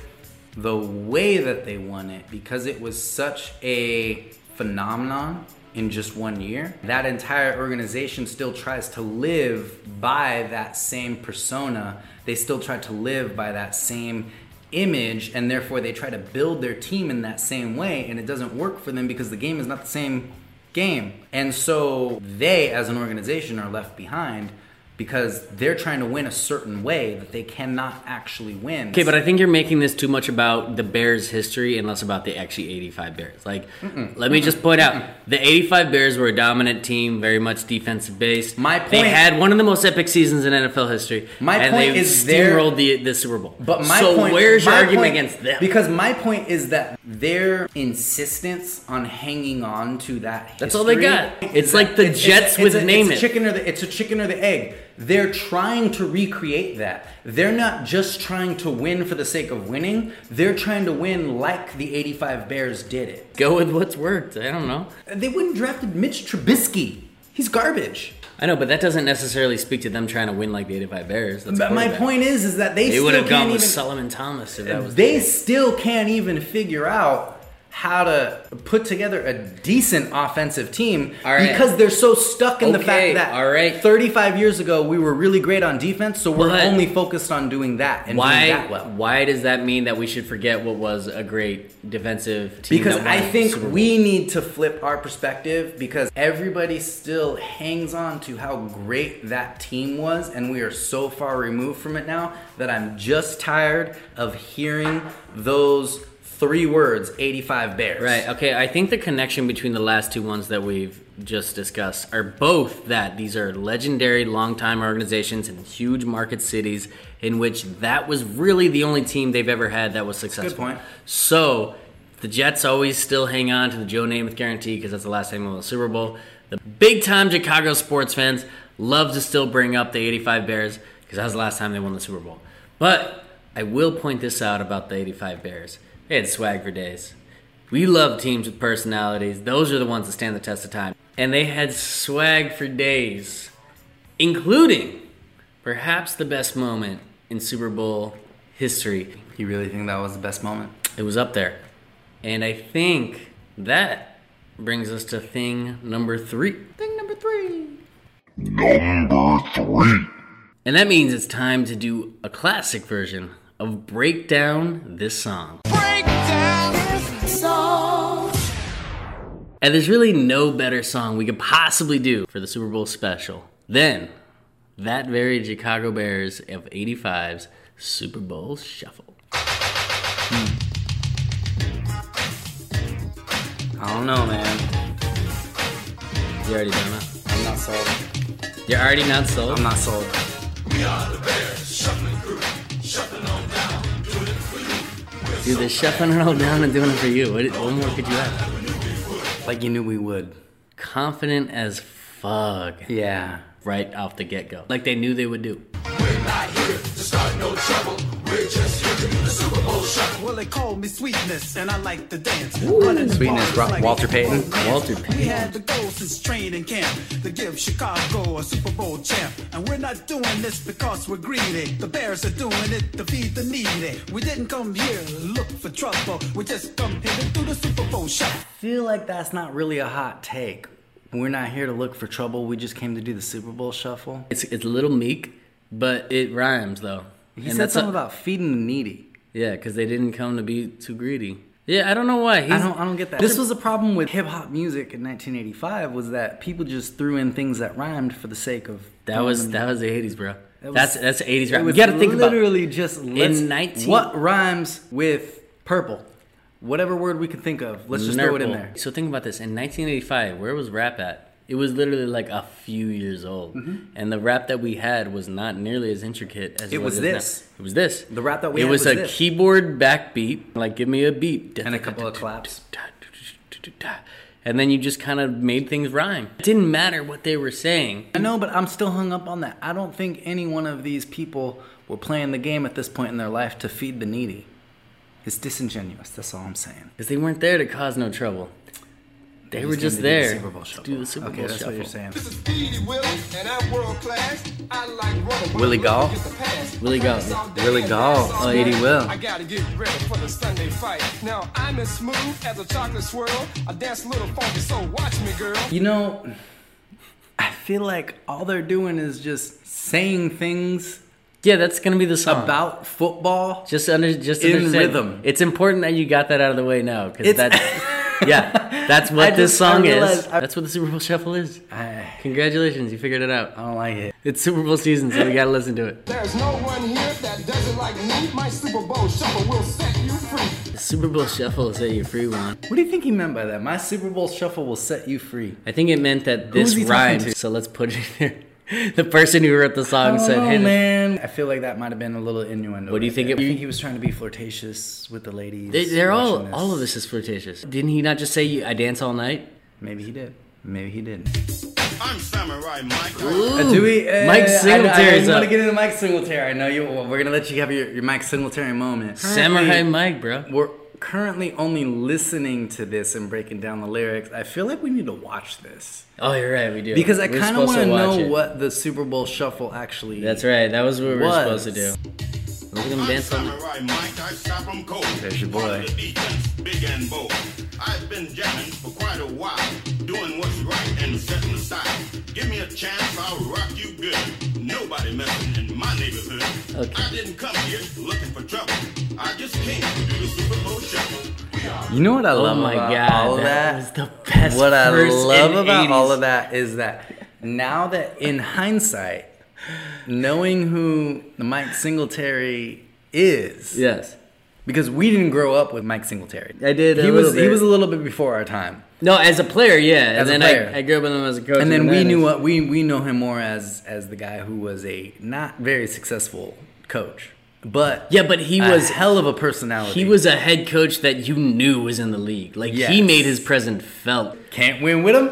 C: the way that they won it, because it was such a phenomenon in just one year, that entire organization still tries to live by that same persona. They still try to live by that same image and therefore they try to build their team in that same way and it doesn't work for them because the game is not the same game. And so they, as an organization, are left behind because they're trying to win a certain way that they cannot actually win.
B: Okay, but I think you're making this too much about the Bears' history and less about the actually 85 Bears. Like, let me just point out the 85 Bears were a dominant team, very much defensive based.
C: My
B: They
C: point-
B: had one of the most epic seasons in NFL history.
C: My
B: and
C: point
B: they
C: is their-
B: steamrolled the, the Super Bowl.
C: But my
B: so
C: point,
B: where's your
C: my
B: argument
C: point-
B: against them?
C: Because my point is that their insistence on hanging on to that
B: That's all they
C: history
B: got.
C: is
B: It's
C: that-
B: like the Jets with
C: a-
B: name
C: it's
B: it.
C: Chicken or the, it's a chicken or the egg. They're trying to recreate that. They're not just trying to win for the sake of winning. They're trying to win like the '85 Bears did it.
B: Go with what's worked. I don't know.
C: They wouldn't drafted Mitch Trubisky. He's garbage.
B: I know, but that doesn't necessarily speak to them trying to win like the 85 Bears. That's
C: But my
B: quarterback.
C: point is, is that they,
B: They
C: still
B: would have
C: can't
B: gone with
C: even,
B: Solomon Thomas if that was.
C: they still can't even figure out how to put together a decent offensive team
B: All right.
C: because they're so stuck in the
B: Okay,
C: fact that
B: all right.
C: 35 years ago we were really great on defense, so we're
B: But-
C: only focused on doing that and
B: why?
C: doing that well.
B: Why does that mean that we should forget what was a great defensive team?
C: Because
B: that won
C: I
B: the
C: think
B: Super Bowl?
C: we need to flip our perspective because everybody still hangs on to how great that team was, and we are so far removed from it now that I'm just tired of hearing those three words 85 Bears.
B: right. Okay, I think the connection between the last two ones that we've just discussed are both that these are legendary, longtime organizations in huge market cities in which that was really the only team they've ever had that was successful.
C: point.
B: So the Jets always still hang on to the Joe Namath guarantee because that's the last time they won the Super Bowl. The big time Chicago sports fans love to still bring up the 85 Bears because that was the last time they won the Super Bowl. But I will point this out about the 85 Bears. They had swag for days. We love teams with personalities. Those are the ones that stand the test of time. And they had swag for days, including perhaps the best moment in Super Bowl history.
C: You really think that was the best moment?
B: It was up there. And I think that brings us to thing number three. Thing number three.
D: Number three.
B: And that means it's time to do a classic version of Break Down This Song. And there's really no better song we could possibly do for the Super Bowl special than that very Chicago Bears of 85's Super Bowl Shuffle.
C: I don't know, man.
B: You already done that?
C: I'm not sold.
B: You're already not sold?
C: I'm not sold.
B: Dude, they're shuffling it all down and doing it for you. What, what more could you ask?
C: Like you knew we would.
B: Confident as fuck.
C: Yeah.
B: Right off the get go. Like they knew they would do.
E: Well, they call me sweetness, and I like to dance.
C: Sweetness, Ro- Walter Payton.
B: Walter
E: We had the goal since training camp to give Chicago a Super Bowl champ. And we're not doing this because we're greedy. The Bears are doing it to feed the needy. We didn't come here to look for trouble. We just come here to do the Super Bowl shuffle.
C: feel like that's not really a hot take. We're not here to look for trouble. We just came to do the Super Bowl shuffle.
B: It's, it's a little meek, but it rhymes though.
C: He said
B: a-
C: something about feeding the needy.
B: Yeah, because they didn't come to be too greedy. Yeah, I don't know why. He's,
C: I don't, I don't get that. This was a problem with hip hop music in 1985 was that people just threw in things that rhymed for the sake of
B: That was that was the eighties, bro.
C: was-
B: that's that's the eighties
C: It
B: rap. You
C: was
B: got to think about
C: literally just let's-
B: 19
C: what rhymes with purple, whatever word we can think of. Let's just throw it in
B: Nurple.
C: there.
B: So think about this. In 1985, where was rap at? It was literally like a few years old, and the rap that we had was not nearly as intricate as
C: Mm-hmm. It
B: what
C: was
B: is now.
C: this.
B: It was this.
C: The rap that we
B: it
C: had
B: was,
C: was
B: a
C: this.
B: keyboard backbeat. Like, give me a beat
C: And a couple of claps.
B: and then you just kind of made things rhyme. It didn't matter what they were saying.
C: I know, but I'm still hung up on that. I don't think any one of these people were playing the game at this point in their life to feed the needy. It's disingenuous. That's all I'm saying.
B: Because they weren't there to cause no trouble. They were just
C: gonna do the
B: there
C: Super Bowl
B: to
C: shuffle.
B: do the Super
C: okay,
B: Bowl
C: that's what you're
B: shuffle.
C: saying.
F: This is Petey Willie, and I'm world class. I like rubber.
C: Willie Gall?
B: Willie Gall.
C: Willie Gall. Oh, Petey Will.
F: I gotta get ready for the Sunday fight. Now I'm as smooth as a chocolate swirl. I dance a little funky, so watch me, girl.
C: You know, I feel like all they're doing is just saying things
B: Yeah, that's gonna be the song.
C: about football.
B: just under just
C: In
B: understand.
C: rhythm.
B: It's important that you got that out of the way now because
C: It's-
B: that. yeah, that's
C: I
B: what this
C: just- I
B: song is.
C: realized I-
B: that's what the Super Bowl shuffle is.
C: I,
B: Congratulations, you figured it
C: I
B: out.
C: don't like it.
B: It's Super Bowl season, so we gotta listen to it.
F: There's no one here that does it like me. My Super Bowl shuffle will set you free.
B: The Super Bowl shuffle is a free one.
C: What do you think he meant by that? My Super Bowl shuffle will set you free.
B: I think it meant that this
C: is he talking
B: rhymed,
C: to?
B: so let's put it there. The person who wrote the song said,
C: know,
B: "Hey,
C: man. I feel like that might have been a little innuendo.
B: What do you
C: right
B: think
C: there.
B: it-
C: I think he was trying to be flirtatious with the ladies.
B: They, they're all
C: watching
B: all of this is flirtatious. Didn't he not just say you, I dance all night?
C: Maybe he did. Maybe he didn't.
G: I'm Samurai Mike.
C: Uh, do we? Uh,
B: Mike
C: I, I,
B: Singletary's
C: you
B: up.
C: want to get into Mike Singletary. I know you. Well, we're gonna let you have your, your Mike Singletary moment.
B: Samurai
C: Currently,
B: Mike, bro.
C: We're currently only listening to this and breaking down the lyrics. I feel like we need to watch this
B: Oh, you're right. We do
C: because I
B: We're
C: kind
B: supposed
C: of want to
B: watch
C: know
B: it.
C: what the Super Bowl Shuffle actually.
B: That's right. That was what we were
C: was.
B: supposed to do. Look at them
G: I'm
B: dance all night.
G: Samurai Mike. I shot from cold.
C: There's your
G: One
C: boy.
G: of the deacons, Big and bold. I've been jamming for quite a while, doing what's right and setting aside. Give me a chance, I'll rock you good. Nobody messing in my neighborhood.
B: Okay.
G: I didn't come here looking for trouble. I just came to do the Super Bowl shuffle. We are
C: You know what I
B: Oh
C: love
B: my
C: about
B: god,
C: all of
B: that
C: that?
B: was the best
C: What I
B: verse
C: love
B: in
C: about
B: 80s.
C: all of that is that now that in hindsight, knowing who Mike Singletary is,
B: Yes.
C: because we didn't grow up with Mike Singletary.
B: I did a
C: He was
B: little
C: he
B: bit.
C: was a little bit before our time,
B: No, as a player, yeah.
C: As
B: and
C: a
B: then
C: player.
B: I, I grew up with him as a coach.
C: and then we knew
B: is-
C: what we we know him more as as the guy who was a not very successful coach, but
B: Yeah, but he
C: a
B: was
C: hell of a personality.
B: he was a head coach that you knew was in the league. Like he
C: Yes.
B: made his presence felt.
C: can't win with him,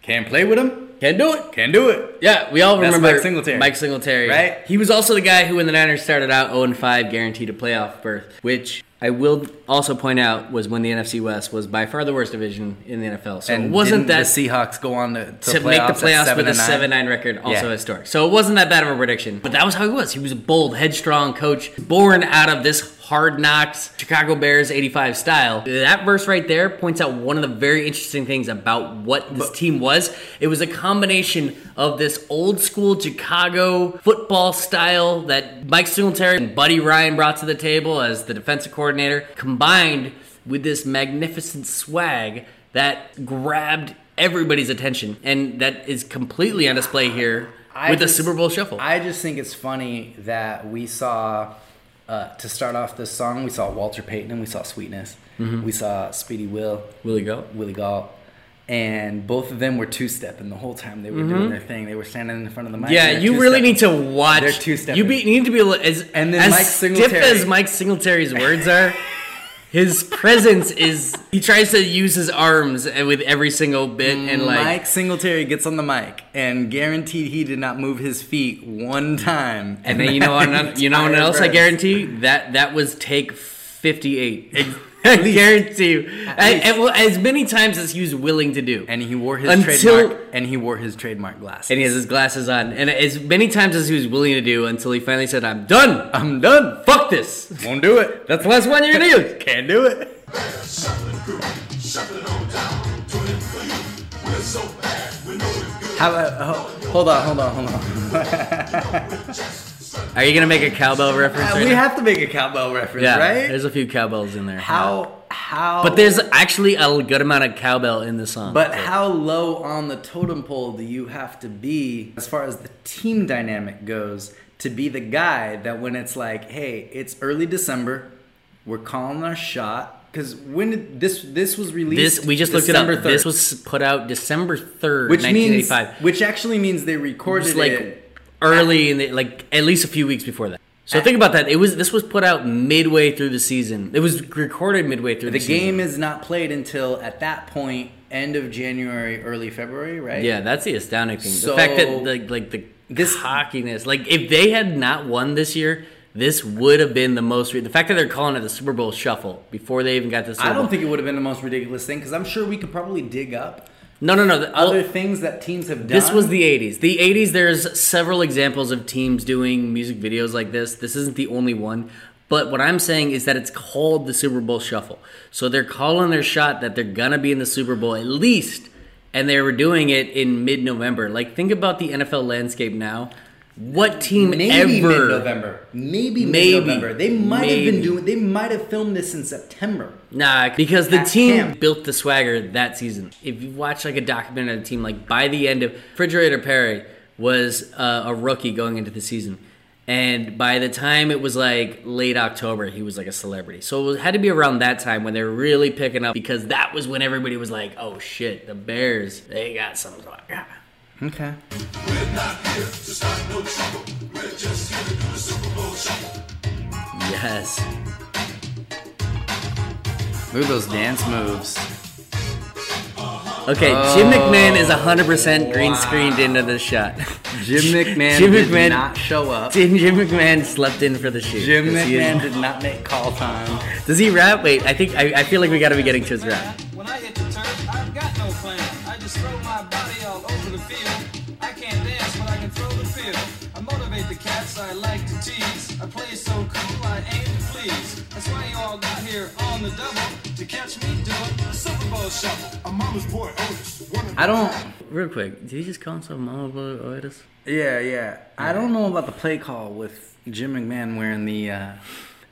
C: can't play with him, can't do it, can't do it.
B: Yeah, we all
C: That's
B: remember
C: Mike Singletary.
B: Mike Singletary,
C: Right?
B: He was also the guy who, when the Niners started out 0 5, guaranteed a playoff berth, which I will also point out was when the NFC West was by far the worst division in the NFL. So it wasn't
C: didn't
B: that
C: the Seahawks go on to, to,
B: to make the playoffs with a seven
C: seven?
B: nine record, also
C: Yeah.
B: historic. So it wasn't that bad of a prediction, but that was how he was. He was a bold, headstrong coach, born out of this hard knocks Chicago Bears '85 style. That verse right there points out one of the very interesting things about what this team was. It was a combination of this old school Chicago football style that Mike Singletary and Buddy Ryan brought to the table as the defensive coordinator, combined with this magnificent swag that grabbed everybody's attention, and that is completely on display here
C: I
B: with
C: just-
B: the Super Bowl Shuffle.
C: I just think it's funny that we saw uh, to start off this song, we saw Walter Payton, we saw Sweetness,
B: Mm-hmm.
C: we saw Speedy Will,
B: Willie Gall.
C: Willie Gall, and both of them were two stepping the whole time they were
B: Mm-hmm.
C: doing their thing. They were standing in front of the mic.
B: yeah,
C: they were
B: you really
C: two-stepping.
B: need to watch.
C: They're two-stepping.
B: You, be, you need to be a li- as
C: And then
B: as
C: Mike
B: stiff
C: Singletary.
B: as Mike Singletary's words are. His presence is. He tries to use his arms and with every single bit and like.
C: Mike Singletary gets on the mic, and guaranteed he did not move his feet one time.
B: and then you know what? ano- You know what
C: entire
B: else? I
C: verse.
B: guarantee that that was take fifty-eight. I guarantee you. And- and well, as many times as he was willing to do.
C: And he wore his
B: Until-
C: trademark. And he wore his trademark glasses.
B: and he has his glasses on, and as many times as he was willing to do, until he finally said, "I'm done.
C: I'm done.
B: Fuck this.
C: Won't do it.
B: That's the last one you're gonna use."
C: Can't do it. How about, ho- hold on, hold on, hold on.
B: Are you gonna make a cowbell reference?
C: Uh,
B: right
C: we
B: now?
C: have to make a cowbell reference,
B: yeah.
C: right?
B: There's a few cowbells in there.
C: How, how,
B: But there's actually a good amount of cowbell in the song.
C: but how low on the totem pole do you have to be as far as the team dynamic goes to be the guy that when it's like, hey, it's early December, we're calling our shot because when did this this was released?
B: this we just looked
C: December
B: it up.
C: 3rd.
B: This was put out December third,
C: which
B: nineteen
C: means
B: eighty-five.
C: which actually means they recorded
B: just like
C: it
B: early in the, like at least a few weeks before that. So think about that. It was this was put out midway through the season. It was recorded midway through the,
C: The game
B: season.
C: is not played until at that point, end of January, early February, right?
B: yeah, that's the astounding thing. the
C: So-
B: fact that the, like the this cockiness. Like if they had not won this year, this would have been the most. Re- the fact that they're calling it the Super Bowl Shuffle before they even got this.
C: I don't think it would have been the most ridiculous thing because I'm sure we could probably dig up
B: No, no, no. The, well,
C: other things that teams have done.
B: this was the '80s. The '80s. There's several examples of teams doing music videos like this. This isn't the only one. But what I'm saying is that it's called the Super Bowl Shuffle. So they're calling their shot that they're gonna be in the Super Bowl at least, and they were doing it in mid-November. Like think about the NFL landscape now. What team
C: maybe
B: ever?
C: mid-November. Maybe,
B: Maybe.
C: mid-November. They might have been
B: Maybe.
C: doing. They might have filmed this in September.
B: Nah, because the
C: At
B: team
C: camp.
B: built the swagger that season. If you watch like a documentary on the team, like by the end of Refrigerator Perry was uh, a rookie going into the season, and by the time it was like late October, he was like a celebrity. So it had to be around that time when they were really picking up because that was when everybody was like, "Oh shit, the Bears, they got something."
C: Okay.
B: Yes,
C: Look at those dance moves.
B: Okay, Jim
C: Oh.
B: McMahon is 100% green screened into this shot.
C: Jim McMahon
B: Jim
C: did
B: McMahon-
C: not show up.
B: Did Jim McMahon slept in for the shoot?
C: Jim
B: Does he-
C: McMahon did not make call time.
B: Does he rap? Wait, I think I, I feel like we gotta be getting to his rap.
H: When I hit the turf, I've got no plan. I just throw my body all over the field. I can't dance, but I can throw the field. I motivate the cats I like to tease. I play so cool, I aim to please. That's why you all got here on the double to catch me doing the Super Bowl shuffle.
F: A mama's boy, Otis. One of
C: I don't.
B: Real quick, did he just call himself Mama Blue Otis?
C: Yeah, yeah. I don't know about the play call with Jim McMahon wearing the uh,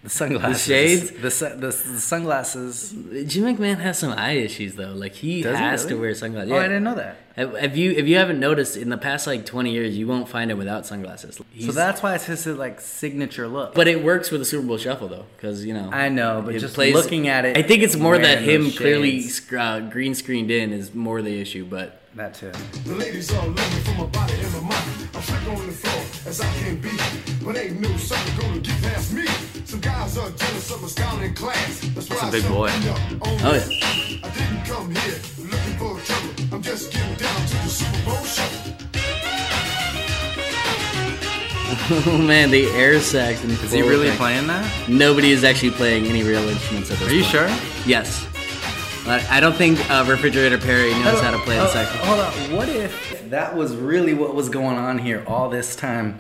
C: the sunglasses,
B: shades?
C: the, su- the, the sunglasses.
B: Jim McMahon has some eye issues though. Like he
C: Does he
B: has
C: really?
B: to wear sunglasses.
C: Oh, I didn't know that.
B: Have, have you if you haven't noticed in the past like 20 years, you won't find him without sunglasses.
C: So
B: He's-
C: that's why it's his like signature look.
B: But it works with the Super Bowl Shuffle though, because you know.
C: I know, but
B: it
C: just
B: plays-
C: looking at it,
B: I think it's more that
C: wearing those
B: him clearly
C: shades.
B: sc- uh, green screened in is more the issue, but.
C: that too.
F: The ladies all looking for my body and my mind. I'm slick on the floor as I can be, but ain't no something gonna get past me. Some guys are jealous of my style and class. That's why
C: That's a
F: I
C: big
F: shut
C: boy.
F: me up on
B: Oh,
F: this. I didn't come here looking for trouble. I'm just getting down to the Super Bowl show.
B: Oh man, the air sax. and
C: Is he really playing that?
B: Nobody is actually playing any real instruments at this
C: Are you
B: point.
C: sure?
B: Yes. I I don't think uh, Refrigerator Perry knows how to play the
C: Oh,
B: saxophone.
C: Hold on. What if that was really what was going on here all this time?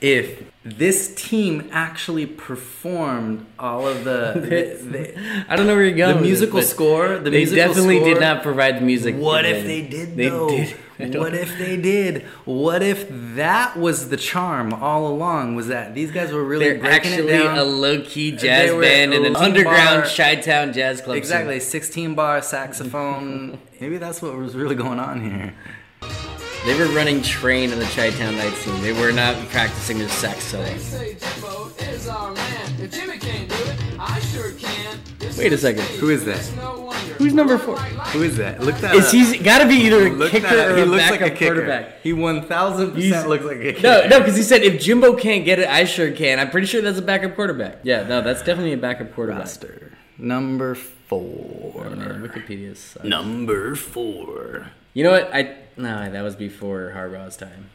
C: If this team actually performed all of the, the- the-
B: I don't know where you're going.
C: oh, The
B: with this,
C: musical
B: but
C: score, the
B: they
C: musical
B: definitely did
C: score-
B: not provide the music.
C: what
B: that
C: if they did
B: They
C: though?
B: did. I don't-
C: What if they did? What if that was the charm all along? Was that these guys were really
B: They're
C: breaking
B: actually
C: it down?
B: a low key jazz
C: They were
B: band in an
C: low-bar-
B: underground Chi Town jazz club.
C: exactly 16 bar saxophone. Maybe that's what was really going on here.
B: scene. They were running train in the Chi Town night scene. They were not practicing their sax solo.
H: They say Jimbo is our man. If Jimmy can't do it, I sure can. This
B: Wait a
H: is
B: second,
H: me.
C: who is that?
H: It's no wonder.
B: Who's number four?
C: Who is that? Look that
B: It's
C: up.
B: he's got to be either a
C: Look
B: kicker
C: that up.
B: or
C: He
B: a
C: looks
B: backup
C: like a kicker.
B: quarterback.
C: He 1000%
B: He's-
C: looks like a kicker.
B: No, no, because he said if Jimbo can't get it, I sure can. I'm pretty sure that's a backup quarterback. Yeah, no, that's definitely a backup quarterback.
C: Roster. Number four.
B: Man, Wikipedia sucks.
C: Number four.
B: You know what? I no, that was before Harbaugh's time.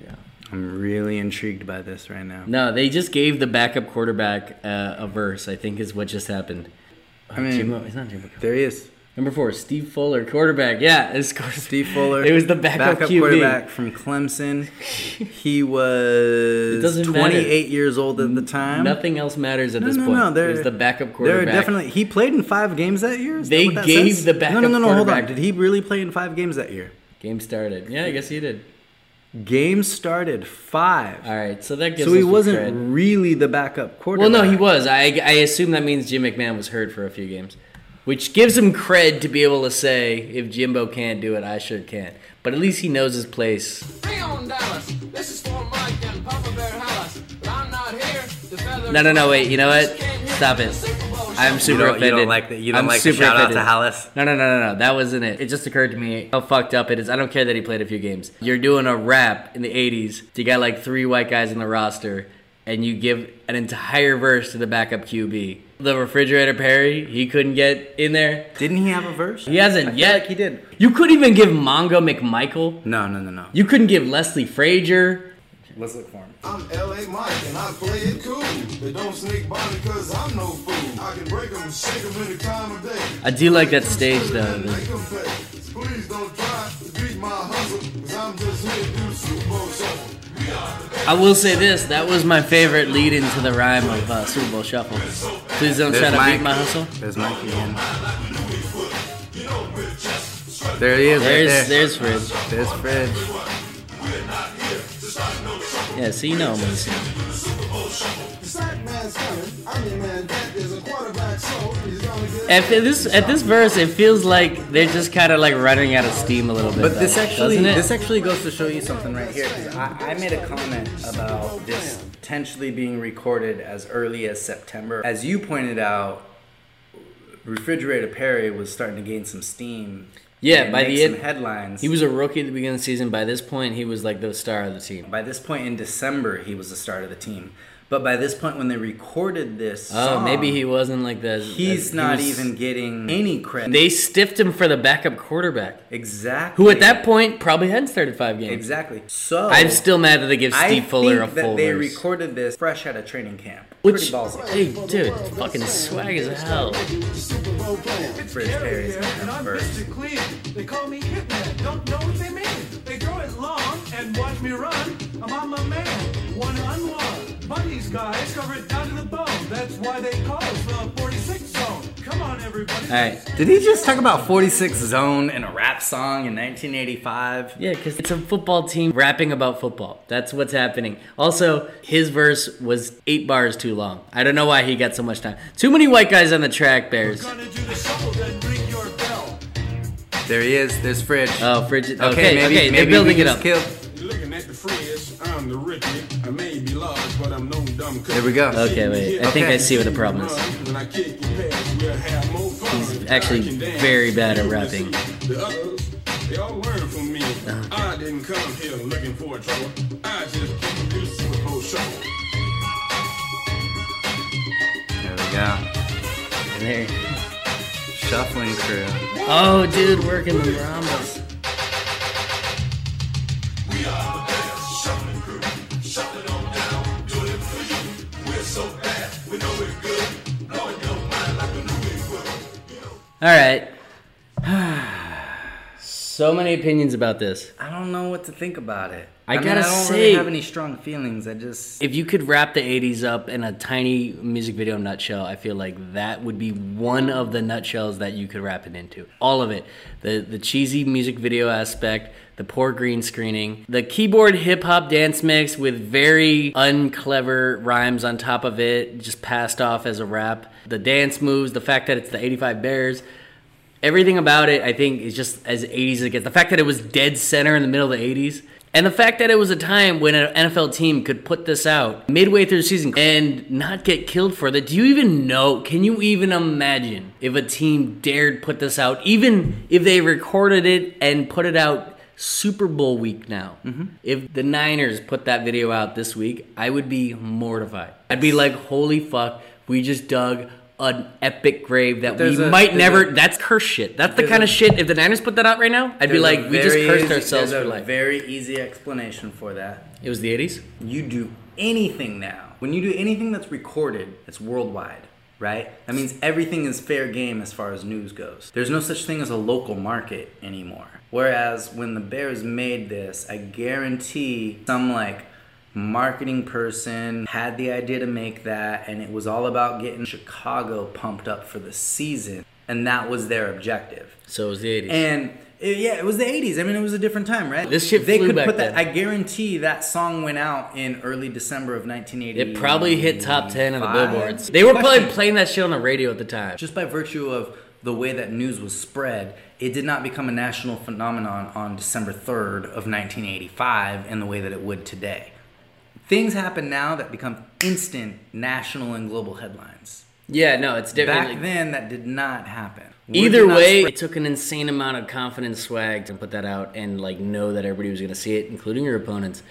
B: Yeah.
C: I'm really intrigued by this right now.
B: No, they just gave the backup quarterback uh, a verse. I think is what just happened.
C: I mean,
B: Jimbo, it's not Jimbo.
C: there he is.
B: Number four, Steve Fuller, quarterback. Yeah, it's
C: Steve Fuller.
B: It was the backup, QB.
C: quarterback from Clemson. he was
B: doesn't
C: 28 years old at the time.
B: Nothing else matters at
C: No,
B: this
C: no,
B: point.
C: no.
B: It
C: They're,
B: was the backup
C: they're
B: quarterback.
C: definitely. He played in five games that year. Is that
B: They
C: what that
B: gave
C: says?
B: the
C: No,
B: backup
C: no, no, no. Hold on.
B: quarterback-
C: Did he really play in five games that year?
B: Game started. Yeah, I guess he did.
C: Game started five.
B: All right, so that gives.
C: So he
B: us some
C: wasn't
B: cred.
C: really the backup
B: Well,
C: quarterback.
B: no, he was. I, I assume that means Jim McMahon was hurt for a few games, which gives him cred to be able to say, if Jimbo can't do it, I sure can. But at least he knows his place.
H: Three on Dallas. This is for Mike and Papa Bear Hallis. But I'm not here to feather.
B: No, no, no, wait. You know what? Stop it. I'm
C: You
B: super
C: don't,
B: offended.
C: you don't like the, you don't
B: I'm
C: like the
B: super
C: shout out
B: offended.
C: to Hollis.
B: No, no, no, no, no. That wasn't it. It just occurred to me how fucked up it is. I don't care that he played a few games. You're doing a rap in the 80s. You got like three white guys in the roster, and you give an entire verse to the backup QB. The refrigerator Perry, he couldn't get in there.
C: Didn't he have a verse?
B: He hasn't
C: I feel
B: yet.
C: like he did.
B: You couldn't even give Mongo McMichael.
C: No, no, no, no.
B: You couldn't give Leslie Frazier.
C: Let's look for him.
F: I'm LA Mike and I play it cool. They don't sneak by because I'm no fool. I can break 'em, shake 'em any time of day.
B: I do like that stage, though.
F: And make 'em pay. So Please don't try to beat my hustle, cause I'm just here to do the Super Bowl shuffle.
B: I will say this: that was my favorite lead into the rhyme of uh, Super Bowl Shuffle. Please don't try to beat my hustle.
C: There's Mike again. There he is.
B: There's
C: right there.
B: there's Fridge.
C: There's Fred.
B: Yeah, so you know him. when you see him.
F: The sack man's coming. I mean, man, that is a quarterback, so he's gonna get.
B: At this at this verse, it feels like they're just kind of like running out of steam a little bit.
C: But this
B: though,
C: actually
B: doesn't it?
C: this actually goes to show you something right here. 'cause I, I made a comment about this potentially being recorded as early as September. As you pointed out, Refrigerator Perry was starting to gain some steam.
B: Yeah,
C: and
B: by
C: make
B: the
C: some
B: end-
C: headlines.
B: he was a rookie at the beginning of the season. By this point, he was like the star of the team.
C: by this point in December he was the start of the team. But by this point when they recorded this
B: Oh,
C: song,
B: maybe he wasn't like the.
C: he's
B: he
C: not
B: was-
C: even getting any credit.
B: They stiffed him for the backup quarterback,
C: exactly
B: who at that point probably hadn't started five games.
C: exactly. So
B: I'm still mad that they give Steve Fuller a
C: think that
B: full
C: they
B: verse.
C: recorded this fresh out of training camp.
B: Which,
C: Pretty ballsy.
B: hey, dude, fucking swag as hell.
C: Fridge Perry's
E: and I'm
C: verse.
E: Mr. Clean. They call me Hitman, don't know what they mean. They grow it long and watch me run. I'm, I'm a man, one on one. But these guys covered down to the bone. That's why they call us the 46 zone. Come on, everybody.
B: All right.
C: Did he just talk about 46 Zone and a rap song in 1985?
B: Yeah, because it's a football team rapping about football. That's what's happening. Also, his verse was eight bars too long. I don't know why he got so much time. Too many white guys on the track, Bears.
E: Gonna do the shuffle, then ring your bell.
C: There he is. There's Fridge.
B: Oh, frigid. Okay,
C: Uh, okay,
B: okay,
C: maybe, maybe
B: they're
C: we
B: building it
C: just
B: up.
C: Killed.
F: Looking at the fridge, I'm the Ricky. I may be large, but I'm no dumb
C: There we go.
B: Okay, wait. I think
C: Okay.
B: I see what the problem is.
F: He's
B: actually very bad at rapping. Uh-huh.
F: The others, they all learn from me. I didn't come here looking for trouble. I just came to do the Super Bowl shuffle.
C: There we go.
B: There.
C: Shuffling crew.
B: Oh, dude, working the Ramos. All right. So many opinions about this.
C: I don't know what to think about it.
B: I
C: mean,
B: gotta
C: I don't
B: say-
C: really have any strong feelings. I just
B: If you could wrap the 80s up in a tiny music video nutshell, I feel like that would be one of the nutshells that you could wrap it into. All of it. The the cheesy music video aspect, the poor green screening, the keyboard hip hop dance mix with very unclever rhymes on top of it, just passed off as a rap, the dance moves, the fact that it's the 85 Bears. Everything about it, I think, is just as 80s as it gets. The fact that it was dead center in the middle of the 80s, and the fact that it was a time when an NFL team could put this out midway through the season and not get killed for that. Do you even know? Can you even imagine if a team dared put this out, even if they recorded it and put it out? Super Bowl week now.
C: Mm-hmm.
B: If the Niners put that video out this week, I would be mortified. I'd be like, holy fuck, we just dug an epic grave that
C: There's
B: we
C: a-
B: might
C: there's
B: never.
C: a-
B: That's curse shit. That's the
C: There's
B: kind
C: a-
B: of shit. If the Niners put that out right now, I'd be
C: There's
B: like,
C: a
B: we just
C: very
B: cursed
C: easy-
B: ourselves
C: there's
B: for
C: a
B: life.
C: Very easy explanation for that.
B: it was the '80s.
C: you do anything now, when you do anything that's recorded, it's worldwide, right? That means everything is fair game as far as news goes. There's no such thing as a local market anymore. Whereas when the Bears made this, I guarantee some like marketing person had the idea to make that, and it was all about getting Chicago pumped up for the season, and that was their objective.
B: So it was the '80s.
C: And it, yeah, it was the 80s. I mean, it was a different time, right?
B: This shit
C: They
B: flew
C: could
B: back
C: put
B: then.
C: that. I guarantee that song went out in early December of 1980.
B: it probably hit top ten on the
C: Five?
B: billboards. They were probably
C: Question.
B: playing that shit on the radio at the time.
C: Just by virtue of the way that news was spread, it did not become a national phenomenon on December 3rd of 1985 in the way that it would today. Things happen now that become instant national and global headlines.
B: yeah, no, it's different.
C: Back then, that did not happen. Word
B: Either
C: did not
B: way,
C: spread-
B: it took an insane amount of confidence swag to put that out and like know that everybody was gonna see it, including your opponents,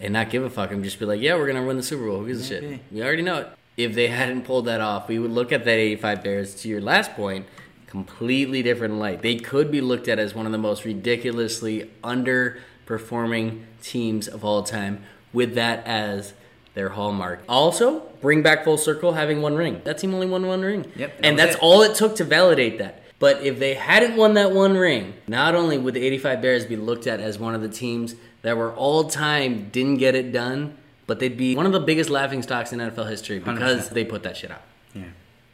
B: and not give a fuck and just be like, yeah, we're gonna win the Super Bowl. Who gives a shit? We already know it. If they hadn't pulled that off, we would look at that 85 Bears to your last point, completely different light. They could be looked at as one of the most ridiculously underperforming teams of all time with that as their hallmark. Also, bring back full circle having one ring. That team only won one ring.
C: Yep, that
B: And
C: was
B: that's
C: it.
B: all it took to validate that. But if they hadn't won that one ring, not only would the 85 Bears be looked at as one of the teams that were all time didn't get it done, but they'd be one of the biggest laughing stocks in NFL history because
C: 100%.
B: they put that shit out.
C: Yeah.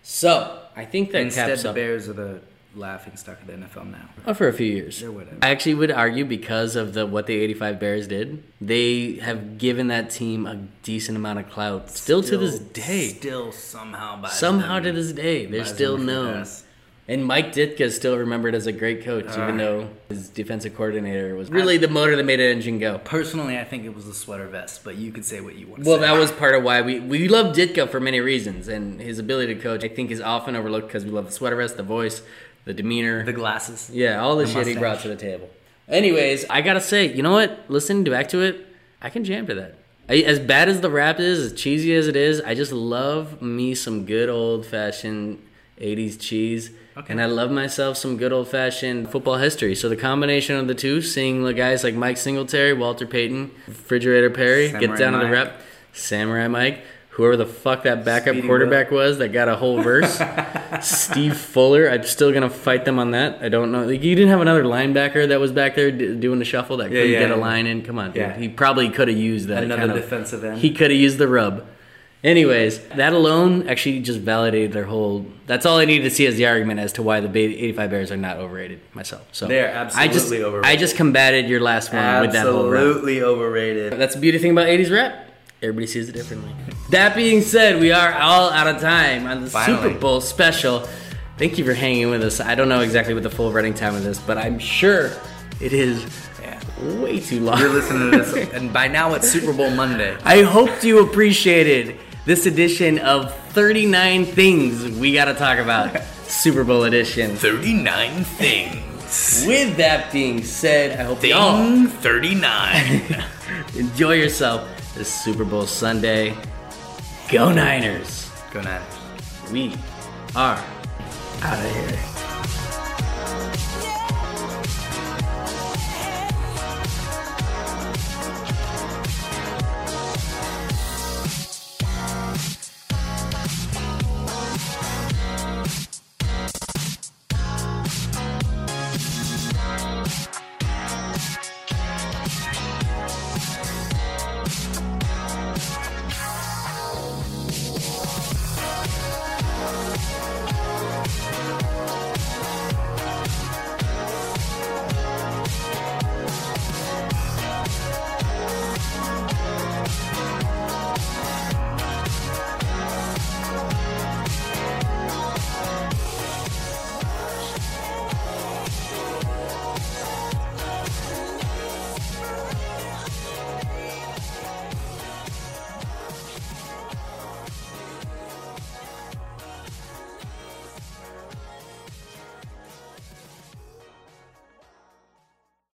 B: So, I think that
C: Instead,
B: caps
C: the
B: up.
C: Bears are the laughing stock of the NFL now.
B: Oh, for a few years.
C: whatever.
B: I actually would argue because of the what the 85 Bears did, they have given that team a decent amount of clout still, to this day.
C: still somehow by
B: Somehow to this day, they're
C: buys them
B: still
C: for
B: known.
C: us.
B: And Mike Ditka is still remembered as a great coach, even though his defensive coordinator was Ah. really the motor that made an engine go.
C: Personally, I think it was the sweater vest, but you could say what you want. to
B: Well,
C: say.
B: that was part of why we we love Ditka for many reasons, and his ability to coach I think is often overlooked because we love the sweater vest, the voice, the demeanor,
C: the glasses.
B: Yeah, all the,
C: The
B: shit he
C: mustache.
B: brought to the table. Anyways, I gotta say, you know what? Listening to back to it, I can jam to that. I, as bad as the rap is, as cheesy as it is, I just love me some good old fashioned '80s cheese, and I love myself some good old fashioned football history. So the combination of the two, seeing the guys like Mike Singletary, Walter Payton, Refrigerator Perry,
C: Samurai
B: get down to the
C: Mike.
B: rep, Samurai Mike, whoever the fuck that backup
C: Speedy
B: quarterback was that got a whole verse. Steve Fuller. I'm still gonna fight them on that. I don't know. Like, you didn't have another linebacker that was back there d- doing the shuffle that couldn't
C: yeah,
B: get a
C: yeah.
B: line in. Come on, dude.
C: Yeah.
B: He probably could have used that.
C: Another
B: kind of-
C: defensive end.
B: He could have used the rub. Anyways, that alone actually just validated their whole. That's all I needed to see as the argument as to why the Ba- 85 Bears are not overrated. Myself, so
C: They're
B: I just,
C: absolutely overrated.
B: I just combated your last one with that whole rub.
C: Absolutely overrated.
B: That's the beauty thing about 80s rap. Everybody sees it differently. That being said, we are all out of time on the
C: Finally.
B: Super Bowl special. Thank you for hanging with us. I don't know exactly what the full running time of this, but I'm sure it is way too long.
C: You're listening to this, and by now it's Super Bowl Monday.
B: I hope you appreciated this edition of 39 Things We Gotta Talk About, Super Bowl edition.
C: 39 things.
B: With that being said, I hope you all
C: Thing 39.
B: enjoy yourself this Super Bowl Sunday. Go Niners!
C: Go Niners.
B: We are out of here.